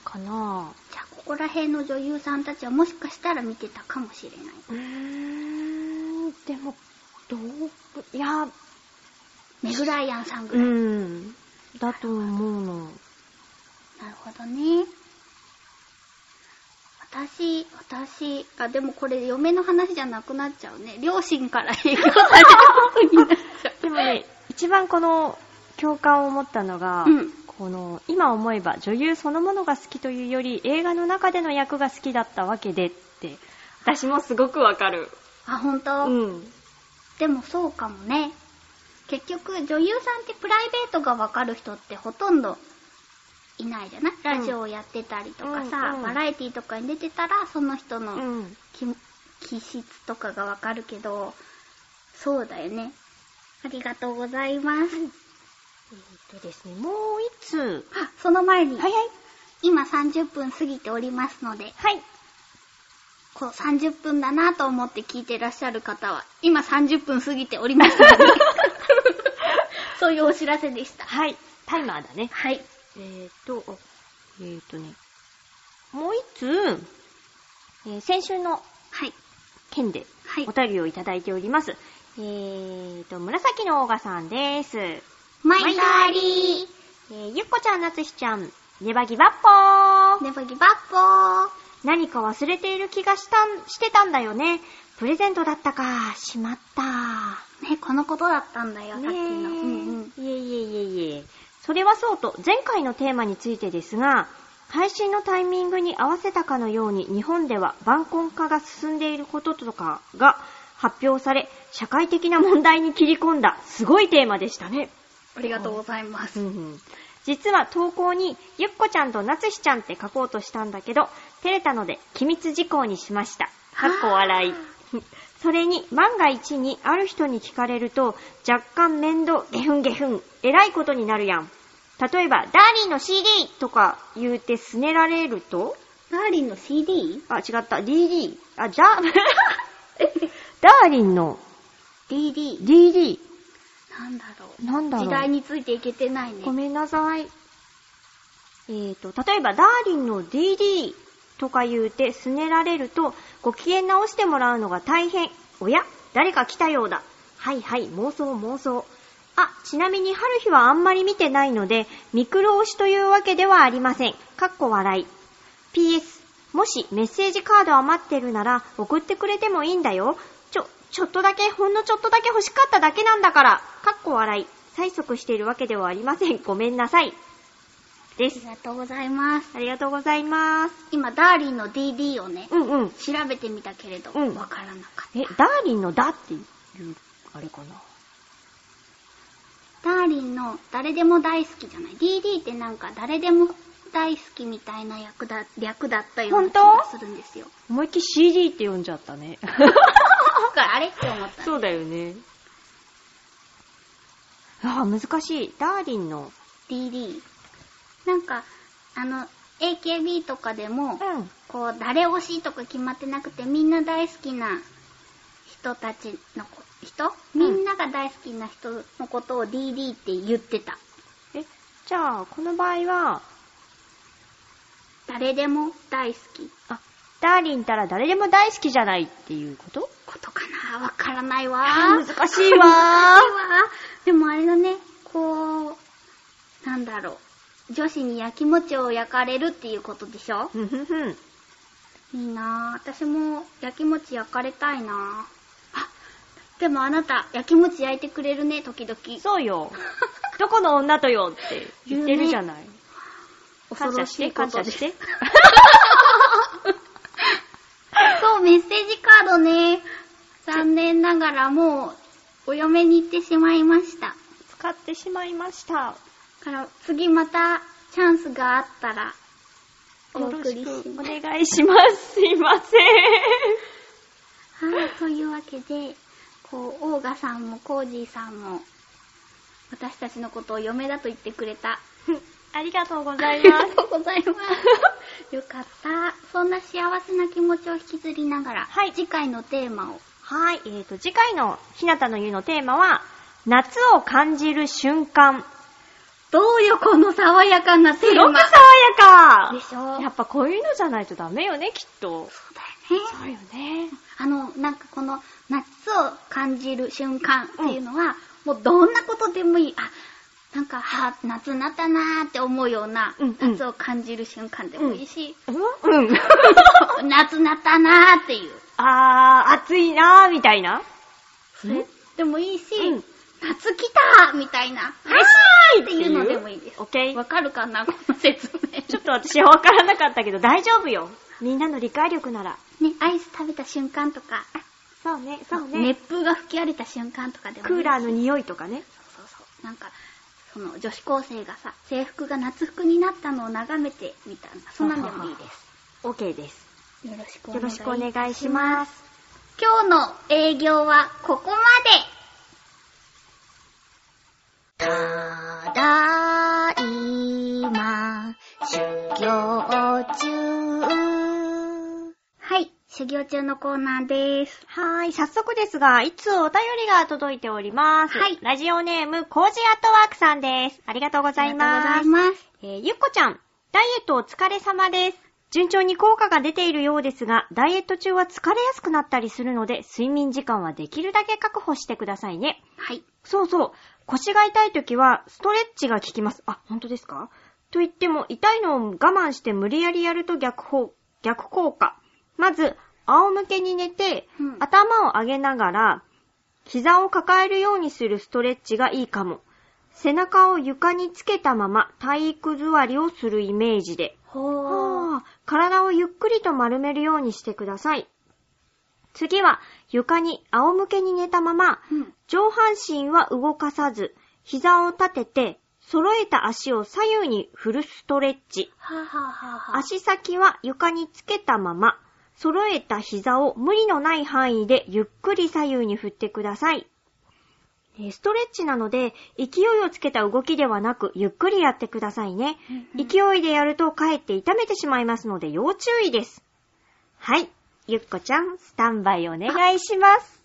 Speaker 2: かな
Speaker 1: じゃあ、ここら辺の女優さんたちはもしかしたら見てたかもしれない。
Speaker 2: ぁ。うーん、でも、どう、いや、
Speaker 1: メグライアンさんぐ
Speaker 2: う
Speaker 1: らい。
Speaker 2: ん、だと思うの。
Speaker 1: なるほどね。私、私、あ、でもこれ嫁の話じゃなくなっちゃうね。両親から影響されることになっちゃ う。
Speaker 2: でもね、一番この共感を持ったのが、
Speaker 1: うん
Speaker 2: この今思えば女優そのものが好きというより映画の中での役が好きだったわけでって、私もすごくわかる。
Speaker 1: あ、ほんと、
Speaker 2: うん。
Speaker 1: でもそうかもね。結局、女優さんってプライベートがわかる人ってほとんどいないじゃないラジオをやってたりとかさ、
Speaker 2: うんうん
Speaker 1: バラエティとかに出てたら、その人の、
Speaker 2: うん。
Speaker 1: き気質とかがわかるけど、そうだよね。ありがとうございます。
Speaker 2: えっとですね、もう一通。
Speaker 1: あ、その前に、
Speaker 2: 早い。
Speaker 1: 今30分過ぎておりますので、
Speaker 2: はい。
Speaker 1: こう30分だなと思って聞いてらっしゃる方は、今30分過ぎておりますの で、そういうお知らせでした。
Speaker 2: はい。タイマーだね。
Speaker 1: はい。
Speaker 2: えーと、あえーとね、もう一通、えー先週の
Speaker 1: はい。
Speaker 2: 件で
Speaker 1: はい
Speaker 2: お。便りをいただいております。えーと、紫のオーガさんです。え
Speaker 1: マイダーリ
Speaker 2: ーゆっこちゃん、なつひちゃん、ネバギバッ
Speaker 1: ー
Speaker 2: ポー
Speaker 1: ネバギバッポー
Speaker 2: 何か忘れている気がしたん、してたんだよね。プレゼントだったか、しまった。
Speaker 1: ね、このことだったんだよ、さっきの。
Speaker 2: ねえ
Speaker 1: うんうん。
Speaker 2: いえいえいえいえ。それはそうと、前回のテーマについてですが、配信のタイミングに合わせたかのように日本では晩婚化が進んでいることとかが発表され、社会的な問題に切り込んだすごいテーマでしたね。
Speaker 1: ありがとうございます。
Speaker 2: 実は投稿に、ゆっこちゃんとなつしちゃんって書こうとしたんだけど、照れたので、機密事項にしました。かっこ笑い。 それに、万が一にある人に聞かれると、若干面倒、ゲフンゲフン、偉いことになるやん。例えば、ダーリンの CD とか言うてすねられると、
Speaker 1: ダーリンの CD?
Speaker 2: あ、違った、DD。あ、じゃ、ダーリンの
Speaker 1: DD。
Speaker 2: DD。
Speaker 1: なんだろう。
Speaker 2: なんだろう。
Speaker 1: 時代についていけてないね。
Speaker 2: ごめんなさい。えーと、例えば、ダーリンの DD とか言うて、すねられると、ご機嫌直してもらうのが大変。おや誰か来たようだ。はいはい、妄想妄想。あ、ちなみに春日はあんまり見てないので、ミクロ推しというわけではありません。かっこ笑い。PS、もしメッセージカード余ってるなら送ってくれてもいいんだよ。ちょ、ちょっとだけ、ほんのちょっとだけ欲しかっただけなんだから。かっこ笑い。催促しているわけではありません。ごめんなさい。で
Speaker 1: あり
Speaker 2: す。
Speaker 1: がとうございます。
Speaker 2: ありがとうございます。
Speaker 1: 今、ダーリンの DD をね、
Speaker 2: うんうん。
Speaker 1: 調べてみたけれど、
Speaker 2: うん
Speaker 1: わからなかった。
Speaker 2: え、ダーリンのだっていう、あれかな。
Speaker 1: ダーリンの誰でも大好きじゃない ?DD ってなんか誰でも大好きみたいな役だ略だったような気
Speaker 2: 本
Speaker 1: が
Speaker 2: 当
Speaker 1: するん ですよ。
Speaker 2: 思いっきり CD って読んじゃったね。
Speaker 1: だからあれって思った。
Speaker 2: そうだよね。ああ、難しい。ダーリンの。
Speaker 1: DD。なんか、あの、AKB とかでも、
Speaker 2: うん。
Speaker 1: こう、誰推しとか決まってなくて、みんな大好きな人たちのこ、人
Speaker 2: うん
Speaker 1: みんなが大好きな人のことを DD って言ってた。
Speaker 2: え、じゃあ、この場合は、
Speaker 1: 誰でも大好き
Speaker 2: あ、ダーリンたら誰でも大好きじゃないっていうこと
Speaker 1: ことかなわからないわ
Speaker 2: あー難しいわー
Speaker 1: 難しいわーでもあれだね、こう、なんだろう。女子にやきもちを焼かれるっていうことでしょ
Speaker 2: ふんふんふん。
Speaker 1: いいなぁ。私もやきもち焼かれたいなぁ。あ、でもあなた、やきもち焼いてくれるね、時々。
Speaker 2: そうよ。 どこの女とよって言ってるじゃない。
Speaker 1: 恐
Speaker 2: 感
Speaker 1: ろ
Speaker 2: 謝
Speaker 1: し
Speaker 2: して、
Speaker 1: いこ
Speaker 2: 感
Speaker 1: と
Speaker 2: 謝
Speaker 1: です
Speaker 2: して。
Speaker 1: そう、メッセージカードね。残念ながらもう、お嫁に行ってしまいました。
Speaker 2: 使ってしまいまし
Speaker 1: だ
Speaker 2: た。
Speaker 1: から、次また、チャンスがあったら、お
Speaker 2: よ
Speaker 1: 送
Speaker 2: ろ
Speaker 1: り
Speaker 2: し
Speaker 1: し
Speaker 2: くお
Speaker 1: ます。
Speaker 2: 願いします。すいません。
Speaker 1: はい、というわけで、こう、オーガさんもコージーさんも、私たちのことを嫁だと言ってくれた。
Speaker 2: ありがとうござ
Speaker 1: あ
Speaker 2: い
Speaker 1: り
Speaker 2: ま
Speaker 1: が
Speaker 2: す。
Speaker 1: とうございます。よかった。そんな幸せな気持ちを引きずりながら、
Speaker 2: はい
Speaker 1: 次回のテーマを。
Speaker 2: はい、えーと、次回のひなたの湯のテーマは、夏を感じる瞬間。
Speaker 1: どうよ、この爽やかなテー
Speaker 2: すごく
Speaker 1: マ。
Speaker 2: 爽や
Speaker 1: でしょ
Speaker 2: かやっぱこういうのじゃないとダメよね、きっと。
Speaker 1: そうだよね。
Speaker 2: そうよね。
Speaker 1: あの、なんかこの夏を感じる瞬間っていうのは、もうどんなことでもいい。あ、なんか、はあ、夏になったなーって思うような、
Speaker 2: うんうん
Speaker 1: 夏を感じる瞬間でもいいし、
Speaker 2: うん うん。
Speaker 1: 夏になったなーっていう。
Speaker 2: あー、暑いなー、みたいな。
Speaker 1: それでもいいし、
Speaker 2: うん
Speaker 1: 夏来たーみたいな、嬉しいっていうのでもいいです
Speaker 2: オ。ッケー
Speaker 1: わ。かるかなこの説明。
Speaker 2: ちょっと私はわからなかったけど、大丈夫よ。みんなの理解力なら。
Speaker 1: ね、アイス食べた瞬間とか、
Speaker 2: そうね、そうね。
Speaker 1: 熱風が吹き荒れた瞬間とかでもいい
Speaker 2: クーラー
Speaker 1: の。
Speaker 2: の匂いとかね。
Speaker 1: そうそう。なんか、その女子高生がさ、制服が夏服になったのを眺めてみたいな、そんなんでもいいで
Speaker 2: オッケーです。
Speaker 1: す。よろしくお
Speaker 2: よ
Speaker 1: 願
Speaker 2: ろ
Speaker 1: い
Speaker 2: しくお願いします。
Speaker 1: 今日の営業はここまで。ただ修行中のコーナーです。
Speaker 2: はーい、早速ですが、いつお便りが届いております。
Speaker 1: はい
Speaker 2: ラジオネーム、コージアットワークさんです。ありがとうござい
Speaker 1: あ
Speaker 2: ます
Speaker 1: り。がとうございます。
Speaker 2: えーゆっこちゃん、ダイエットお疲れ様です。順調に効果が出ているようですが、ダイエット中は疲れやすくなったりするので、睡眠時間はできるだけ確保してくださいね。
Speaker 1: はい。
Speaker 2: そうそう。腰が痛い時は、ストレッチが効きます。あ、本当ですかと言っても、痛いのを我慢して無理やりやると逆方、逆効果。まず、仰向けに寝て、
Speaker 1: うん
Speaker 2: 頭を上げながら、膝を抱えるようにするストレッチがいいかも。背中を床につけたまま体育座りをするイメージで。
Speaker 1: ほー。
Speaker 2: はあ、体をゆっくりと丸めるようにしてください。次は、床に仰向けに寝たまま、
Speaker 1: うん。
Speaker 2: 上半身は動かさず、膝を立てて、揃えた足を左右に振るストレッチ。
Speaker 1: はぁはぁはぁはぁ。
Speaker 2: 足先は床につけたまま、揃えた膝を無理のない範囲でゆっくり左右に振ってください。えーストレッチなので、勢いをつけた動きではなく、ゆっくりやってくださいね。
Speaker 1: うんうん
Speaker 2: 勢いでやると、かえって痛めてしまいますので、要注意です。はい。ゆっこちゃん、スタンバイお願いします。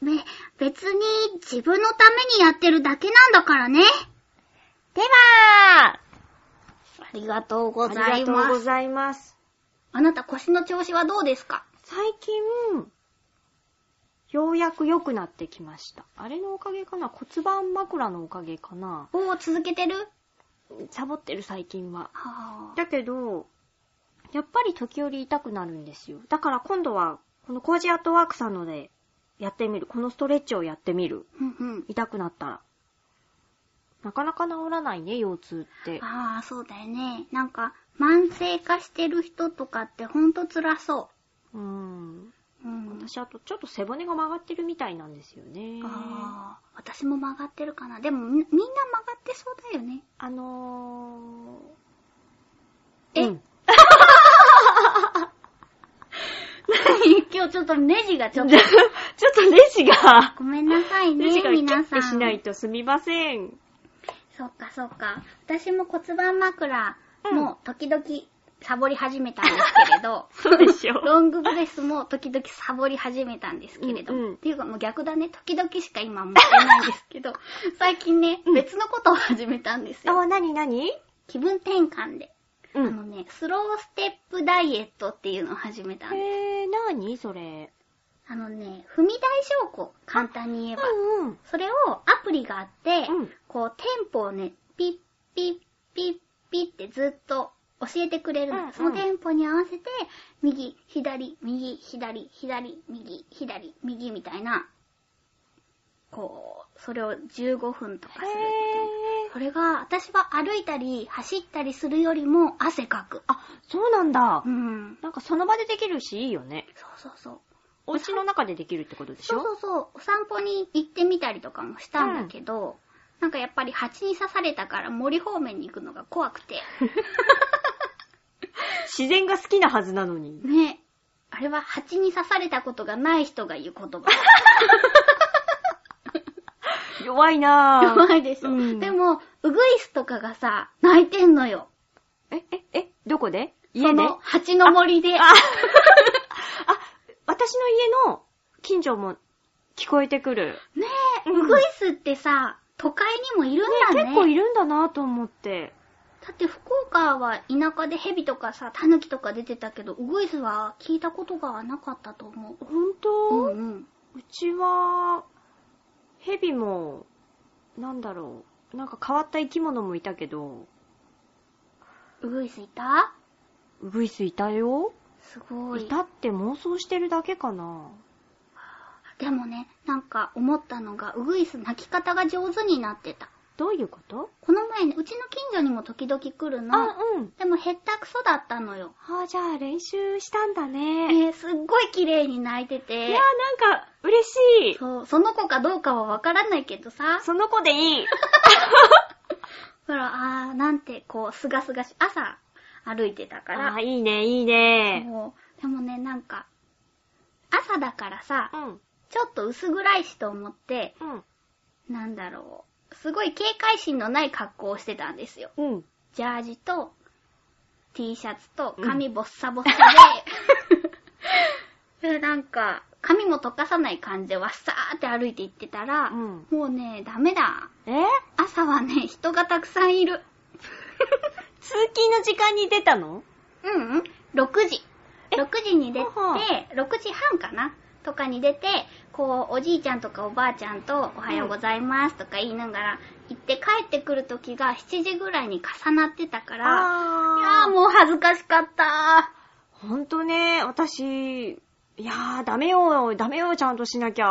Speaker 1: ね、別に自分のためにやってるだけなんだからね。
Speaker 2: では、
Speaker 1: ありがとうござ
Speaker 2: あ
Speaker 1: い
Speaker 2: りが
Speaker 1: ま
Speaker 2: とうご
Speaker 1: す。
Speaker 2: ざいます。
Speaker 1: あなた腰の調子はどうですか
Speaker 2: 最近、ようやく良くなってきました。あれのおかげかな骨盤枕のおかげかな
Speaker 1: おー、続けてる
Speaker 2: サボってる最近は。
Speaker 1: はぁ。
Speaker 2: だけど、やっぱり時折痛くなるんですよ。だから今度は、このコージアットワークさんのでやってみる。このストレッチをやってみる。
Speaker 1: うんうん。
Speaker 2: 痛くなったら。なかなか治らないね、腰痛って。
Speaker 1: ああ、そうだよね。なんか、慢性化してる人とかってほんと辛そう
Speaker 2: ーん。
Speaker 1: う。うん。
Speaker 2: 私あとちょっと背骨が曲がってるみたいなんですよね。
Speaker 1: あー私も曲がってるかな。でもみ、みんな曲がってそうだよね。
Speaker 2: あのー、
Speaker 1: え
Speaker 2: うん
Speaker 1: 今日ちょっとネジがちょっ
Speaker 2: ち
Speaker 1: と
Speaker 2: ょ。っとレジが、
Speaker 1: ごめんなさい
Speaker 2: レジ
Speaker 1: ね
Speaker 2: が、キュ
Speaker 1: 皆
Speaker 2: ッ
Speaker 1: さん。
Speaker 2: てしないとすみま せん。
Speaker 1: そっかそっか。私も骨盤枕
Speaker 2: うん、
Speaker 1: も時々サボり始めたんですけれど
Speaker 2: そうでしょ
Speaker 1: ロングブレスも時々サボり始めたんですけれど、
Speaker 2: うんうん
Speaker 1: っていうかもう逆だね、時々しか今持ってないんです けど、最近ね、
Speaker 2: うん
Speaker 1: 別のことを始めたんですよ。
Speaker 2: あ、なになに
Speaker 1: 気分転換で。
Speaker 2: う
Speaker 1: あの
Speaker 2: ん。
Speaker 1: ね、スローステップダイエットっていうのを始めたんです。
Speaker 2: へー、なにそれ。
Speaker 1: あのね、踏み台昇降、簡単に言えば。
Speaker 2: うんうん。
Speaker 1: それをアプリがあって、
Speaker 2: うん
Speaker 1: こうテンポをね、ピッピッピッピッってずっと教えてくれるの。
Speaker 2: うんうん
Speaker 1: そのテンポに合わせて、右、左、右、左、左、右、左、右みたいな、こう、それを15分とかする。
Speaker 2: へー。
Speaker 1: それが、私は歩いたり走ったりするよりも汗かく。
Speaker 2: あ、そうなんだ
Speaker 1: う。ん。
Speaker 2: なんかその場でできるし、いいよね。
Speaker 1: そうそうそう。
Speaker 2: お家の中でできるってことでし
Speaker 1: そうそ
Speaker 2: ょ
Speaker 1: うそう、お散歩に行ってみたりとかもしたんだけど、なんかやっぱり蜂に刺されたから森方面に行くのが怖くて。
Speaker 2: 自然が好きなはずな のに。
Speaker 1: ね。あれは蜂に刺されたことがない人が言う言 葉。
Speaker 2: 弱いなぁ。
Speaker 1: 怖いでしょ。
Speaker 2: うん
Speaker 1: でも、ウグイスとかがさ、泣いてんのよ。
Speaker 2: え、え、え、どこで
Speaker 1: そ
Speaker 2: 家で
Speaker 1: の蜂の森で。
Speaker 2: ああ、私の家の近所も聞こえてくる。
Speaker 1: ねえ、
Speaker 2: うん
Speaker 1: ウグイスってさ、都会にもいるんだね。
Speaker 2: 結構いるんだなぁと思って。
Speaker 1: だって福岡は田舎でヘビとかさ、タヌキとか出てたけど、ウグイスは聞いたことがなかったと思う。
Speaker 2: 本当、
Speaker 1: う
Speaker 2: うん
Speaker 1: うん。
Speaker 2: ちは、ヘビも、なんだろう、なんか変わった生き物もいたけど、
Speaker 1: ウグイスいた
Speaker 2: ウグイスいたよ。
Speaker 1: すごい。
Speaker 2: いたって妄想してるだけかな
Speaker 1: でもね、なんか思ったのが、ウグイス泣き方が上手になってた。
Speaker 2: どういうこと
Speaker 1: この前ね、うちの近所にも時々来るの。
Speaker 2: あ、うん。
Speaker 1: でもへったくそだったのよ。
Speaker 2: あ、じゃあ練習したんだ
Speaker 1: え
Speaker 2: ね。
Speaker 1: ー、すっごい綺麗に泣いて
Speaker 2: い
Speaker 1: て。
Speaker 2: や、なんか嬉しい。
Speaker 1: そう、その子かどうかはわからないけどさ。
Speaker 2: その子でいい。
Speaker 1: ほら、あー、なんて、こう、すがすがし、朝歩いてたから。
Speaker 2: あ、 いいね、いいね。
Speaker 1: そうでもね、なんか、朝だからさ
Speaker 2: う、ん、
Speaker 1: ちょっと薄暗いしと思って、
Speaker 2: うん、
Speaker 1: なんだろう、すごい警戒心のない格好をしてたんですよ。
Speaker 2: うん。
Speaker 1: ジャージと、T シャツと
Speaker 2: うん
Speaker 1: 髪ボッサボサで、で、なんか、髪も溶かさない感じでわっさーって歩いて行ってたら、
Speaker 2: うん
Speaker 1: もうね、ダメだ。
Speaker 2: え
Speaker 1: 朝はね、人がたくさんいる。
Speaker 2: 通勤の時間に出たの
Speaker 1: うん、うん、6時。
Speaker 2: え
Speaker 1: 6時に出て、
Speaker 2: はは
Speaker 1: 6時半かなとかに出て、こう、おじいちゃんとかおばあちゃんと、おはようございますとか言いながら、行って帰ってくる時が7時ぐらいに重なってたから、いや
Speaker 2: あ
Speaker 1: ーもう恥ずかしかった
Speaker 2: う。ほんとね、私、いやー、ダメよ、ダメよ、ちゃんとしなきゃ。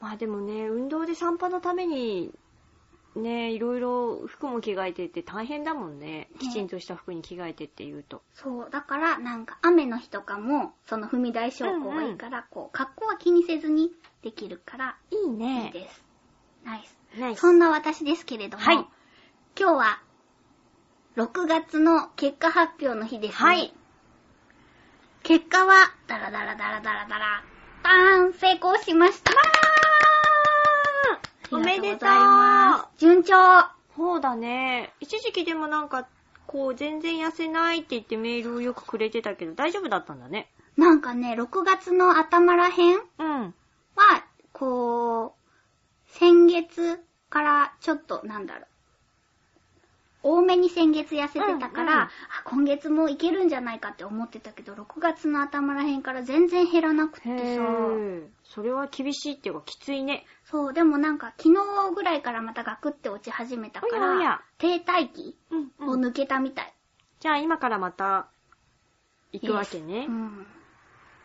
Speaker 2: まあでもね、運動で散歩のために、ね、いろいろ服も着替えてって大変だもんね。きちんとした服に着替えてって言うと。
Speaker 1: そう、だからなんか雨の日とかも、その踏み台昇降がいいから、こう、格好は気にせずにできるから、
Speaker 2: いい
Speaker 1: いい
Speaker 2: ね。
Speaker 1: です。ナイス。
Speaker 2: ナイス。
Speaker 1: そんな私ですけれども、
Speaker 2: はい
Speaker 1: 今日は、6月の結果発表の日ですね。
Speaker 2: はい。
Speaker 1: 結果は、ダラダラダラダラダラ、バーン成功しました
Speaker 2: お
Speaker 1: ありが
Speaker 2: めでとう
Speaker 1: とうございます順調
Speaker 2: そうだね。一時期でもなんか、こう、全然痩せないって言ってメールをよくくれてたけど、大丈夫だったんだね。
Speaker 1: なんかね、6月の頭らへん
Speaker 2: うん。
Speaker 1: は、こう、先月からちょっと、なんだろう。多めに先月痩せてたから、
Speaker 2: うんうん
Speaker 1: あ今月もいけるんじゃないかって思ってたけど、6月の頭らへんから全然減らなくっ
Speaker 2: へ
Speaker 1: てさ。
Speaker 2: ー。それは厳しいっていうか、きついね。
Speaker 1: そう、でもなんか昨日ぐらいからまたガクって落ち始めたか
Speaker 2: おやおや
Speaker 1: ら、停滞期
Speaker 2: うん、
Speaker 1: を抜けたみたい。
Speaker 2: じゃあ今からまた、行くわけね。
Speaker 1: うん。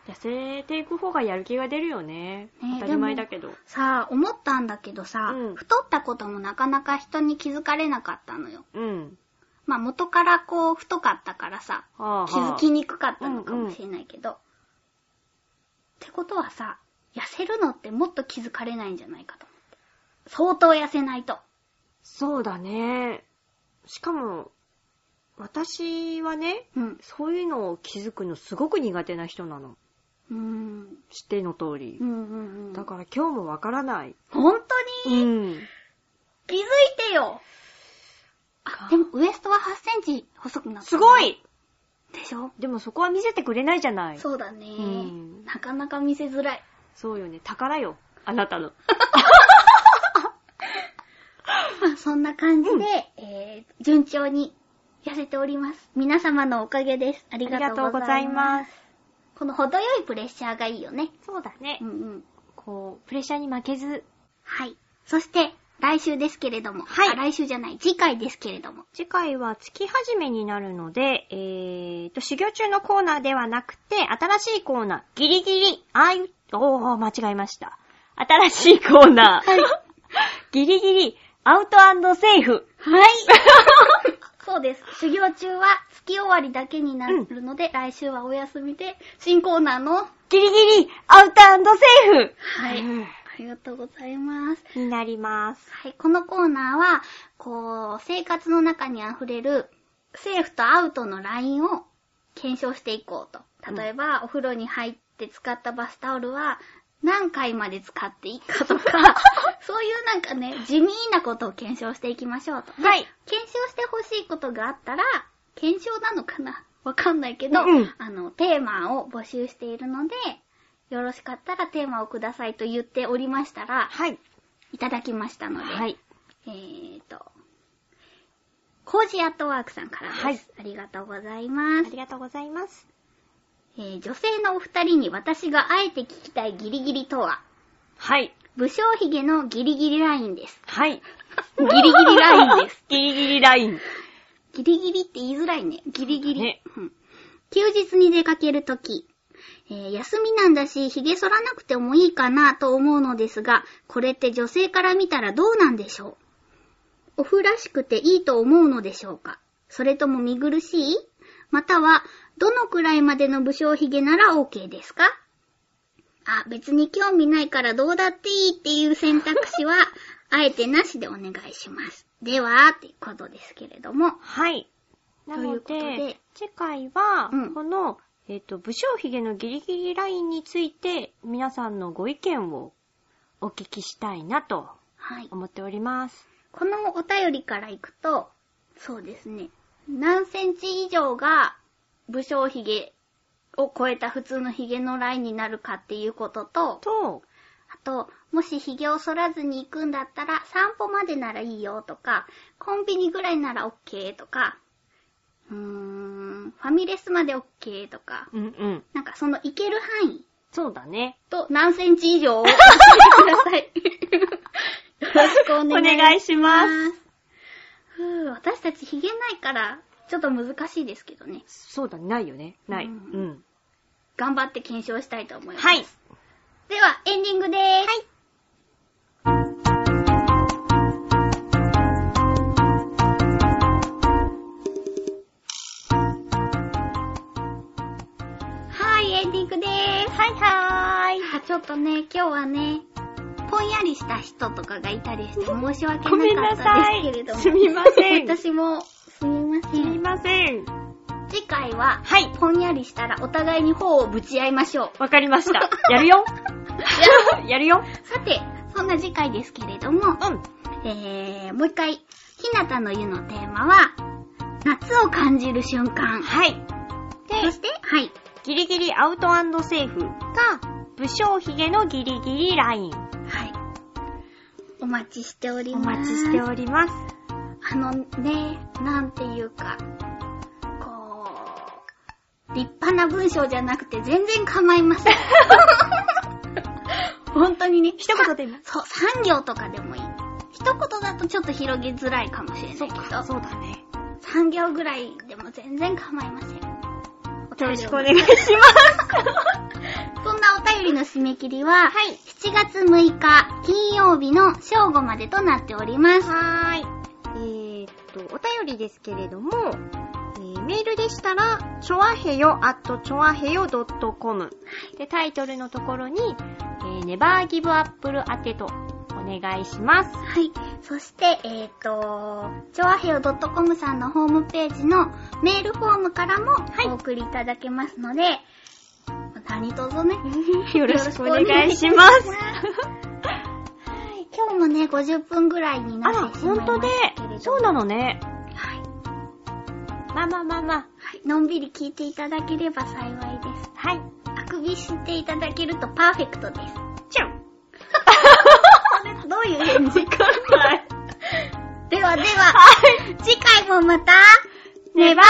Speaker 2: 痩せていく方がやる気が出るよね。
Speaker 1: ね
Speaker 2: 当たり前だけど。
Speaker 1: さあ、思ったんだけどさ、
Speaker 2: うん
Speaker 1: 太ったこともなかなか人に気づかれなかったのよ。
Speaker 2: うん。
Speaker 1: まあ元からこう太かったからさ、
Speaker 2: はあはあ
Speaker 1: 気づきにくかったのかもしれないけど。ってことはさ、痩せるのってもっと気づかれないんじゃないかと思って。相当痩せないと。
Speaker 2: そうだね。しかも、私はね、
Speaker 1: うん。
Speaker 2: そういうのを気づくのすごく苦手な人なの。
Speaker 1: うーん。
Speaker 2: 知っての通り
Speaker 1: うんう。んうん。
Speaker 2: だから今日もわからない。
Speaker 1: 本当に、
Speaker 2: ん。
Speaker 1: 気づいてよあ、でもウエストは8センチ細くなった。
Speaker 2: すごい
Speaker 1: でしょ
Speaker 2: でもそこは見せてくれないじゃない。
Speaker 1: そうだね、
Speaker 2: ん
Speaker 1: なかなか見せづらい。
Speaker 2: そうよね。宝よ。あなたの。
Speaker 1: まあそんな感じで、えー、順調に痩せております。皆様のおかげです。ありがとうございます。
Speaker 2: す。
Speaker 1: この程よいプレッシャーがいいよね。
Speaker 2: そうだね
Speaker 1: うん。うん。
Speaker 2: こう、プレッシャーに負けず、
Speaker 1: はい。そして、来週ですけれども。
Speaker 2: はい
Speaker 1: あ来週じゃない、次回ですけれども。
Speaker 2: 次回は月始めになるので、えーと、修行中のコーナーではなくて、新しいコーナー、ギリギリ、あい、おー、間違えました。新しいコーナー、 ギリギリ、アウトセーフ。
Speaker 1: はい。そうです。修行中は月終わりだけになるので、来週はお休みで、新コーナーの、
Speaker 2: ギリギリ、アウトセーフ。
Speaker 1: はい。
Speaker 2: うん
Speaker 1: ありがとうございます。
Speaker 2: になります。
Speaker 1: はい、このコーナーは、こう、生活の中に溢れる、セーフとアウトのラインを検証していこうと。例えば、お風呂に入って使ったバスタオルは、何回まで使っていいか とか、そういうなんかね、地味なことを検証していきましょうと。
Speaker 2: はい。
Speaker 1: 検証してほしいことがあったら、検証なのかなわかんないけど、
Speaker 2: うん
Speaker 1: あの、テーマを募集しているので、よろしかったらテーマをくださいと言っておりましたら、
Speaker 2: はい。
Speaker 1: いただきましたので、
Speaker 2: はい。
Speaker 1: えーと、コージアットワークさんからです。
Speaker 2: はい
Speaker 1: ありがとうござい
Speaker 2: あ
Speaker 1: ます
Speaker 2: り、がとうございます。
Speaker 1: えー女性のお二人に私があえて聞きたいギリギリとは、
Speaker 2: はい。
Speaker 1: 武将髭のギリギリラインです。
Speaker 2: はい。
Speaker 1: ギリギリラインです。
Speaker 2: す。ギリギリライン。
Speaker 1: ギリギリって言いづらいね。ギリギリ。
Speaker 2: ね
Speaker 1: うん休日に出かけるとき、えー休みなんだし、髭剃らなくてもいいかなと思うのですが、これって女性から見たらどうなんでしょうオフらしくていいと思うのでしょうかそれとも見苦しいまたは、どのくらいまでの武将髭なら OK ですかあ、別に興味ないからどうだっていいっていう選択肢は、あえてなしでお願いします。では、っていうことですけれども。
Speaker 2: はい。なの
Speaker 1: ということで
Speaker 2: で、次回は
Speaker 1: うん、
Speaker 2: この、えっ、と、武将髭のギリギリラインについて、皆さんのご意見をお聞きしたいなと
Speaker 1: はい。
Speaker 2: 思っております。
Speaker 1: このお便りからいくと、そうですね。何センチ以上が武将髭を超えた普通のヒゲのラインになるかっていうことと、
Speaker 2: と、
Speaker 1: あと、もしヒゲを剃らずに行くんだったら、散歩までならいいよとか、コンビニぐらいなら OK とか、うーん、ファミレスまで OK とか、
Speaker 2: うんうん。
Speaker 1: なんかその行ける範囲
Speaker 2: そうだね。
Speaker 1: と何センチ以上を教えてください。よろしくお
Speaker 2: お
Speaker 1: 願いします。
Speaker 2: 願いします。
Speaker 1: ふう私たちヒゲないから、ちょっと難しいですけどね。
Speaker 2: そうだね、ないよね。ない。う
Speaker 1: うん
Speaker 2: ん。
Speaker 1: 頑張って検証したいと思います。
Speaker 2: はい。
Speaker 1: では、エンディングでーす。はい。はい、エンディングでーす。はいはーい。ちょっとね、今日はね、ぽんやりした人とかがいたりして申し訳
Speaker 2: ごめん
Speaker 1: なか
Speaker 2: な
Speaker 1: った
Speaker 2: さ
Speaker 1: ですけれ
Speaker 2: い
Speaker 1: ど。も。
Speaker 2: すみません。す
Speaker 1: 私も、すみませ
Speaker 2: み
Speaker 1: ん。
Speaker 2: ません。
Speaker 1: 次回は、
Speaker 2: はい。
Speaker 1: ぽんやりしたらお互いに頬をぶち合いましょう。
Speaker 2: わかりま した。やるよ。やるよ。
Speaker 1: さて、そんな次回ですけれども、
Speaker 2: うん。
Speaker 1: えー、もう一回、ひなたの湯のテーマは、夏を感じる瞬間。
Speaker 2: はい。
Speaker 1: そして、はい。
Speaker 2: ギリギリアウトセーフが、武将髭のギリギリライン。
Speaker 1: はい。お待ちしており
Speaker 2: お
Speaker 1: ます。
Speaker 2: 待ちしております。
Speaker 1: あのね、なんていうか、こう、立派な文章じゃなくて全然構いま せん。本当にね、
Speaker 2: 一言でも。
Speaker 1: そう、産業とかでもいい。一言だとちょっと広げづらいかもしれないけど、
Speaker 2: そうだね。
Speaker 1: 3行ぐらいでも全然構いません。お
Speaker 2: よ
Speaker 1: 便
Speaker 2: ろ
Speaker 1: り
Speaker 2: し
Speaker 1: を
Speaker 2: くお願いします。
Speaker 1: そんなお便りの締め切りは、
Speaker 2: はい
Speaker 1: 7月6日金曜日の正午までとなっております。
Speaker 2: はーい。えー、っと、お便りですけれども、えーメールでしたら、ちょあへよ at ちょあへよ .com。で、タイトルのところに、えー、ネバーギブアップル宛てとお願いします。
Speaker 1: はい。そして、えっ、と、ちょあへよ .com さんのホームページのメールフォームからも
Speaker 2: い
Speaker 1: お送りいただけますので、何卒ね、
Speaker 2: よろしくお願いします。
Speaker 1: はい今日もね、50分ぐらいに
Speaker 2: あ
Speaker 1: な
Speaker 2: ら、
Speaker 1: ってしまい
Speaker 2: ほ
Speaker 1: ました
Speaker 2: んとで
Speaker 1: けれども、
Speaker 2: そうなのね。
Speaker 1: はい
Speaker 2: まあまあまあまあ。
Speaker 1: はい。のんびり聞いていただければ幸いです。
Speaker 2: はい。
Speaker 1: あくびしていただけるとパーフェクトです。
Speaker 2: チュン
Speaker 1: どういう返事か。
Speaker 2: はい。
Speaker 1: ではでは、次回もまた、
Speaker 2: ネバーギブアップ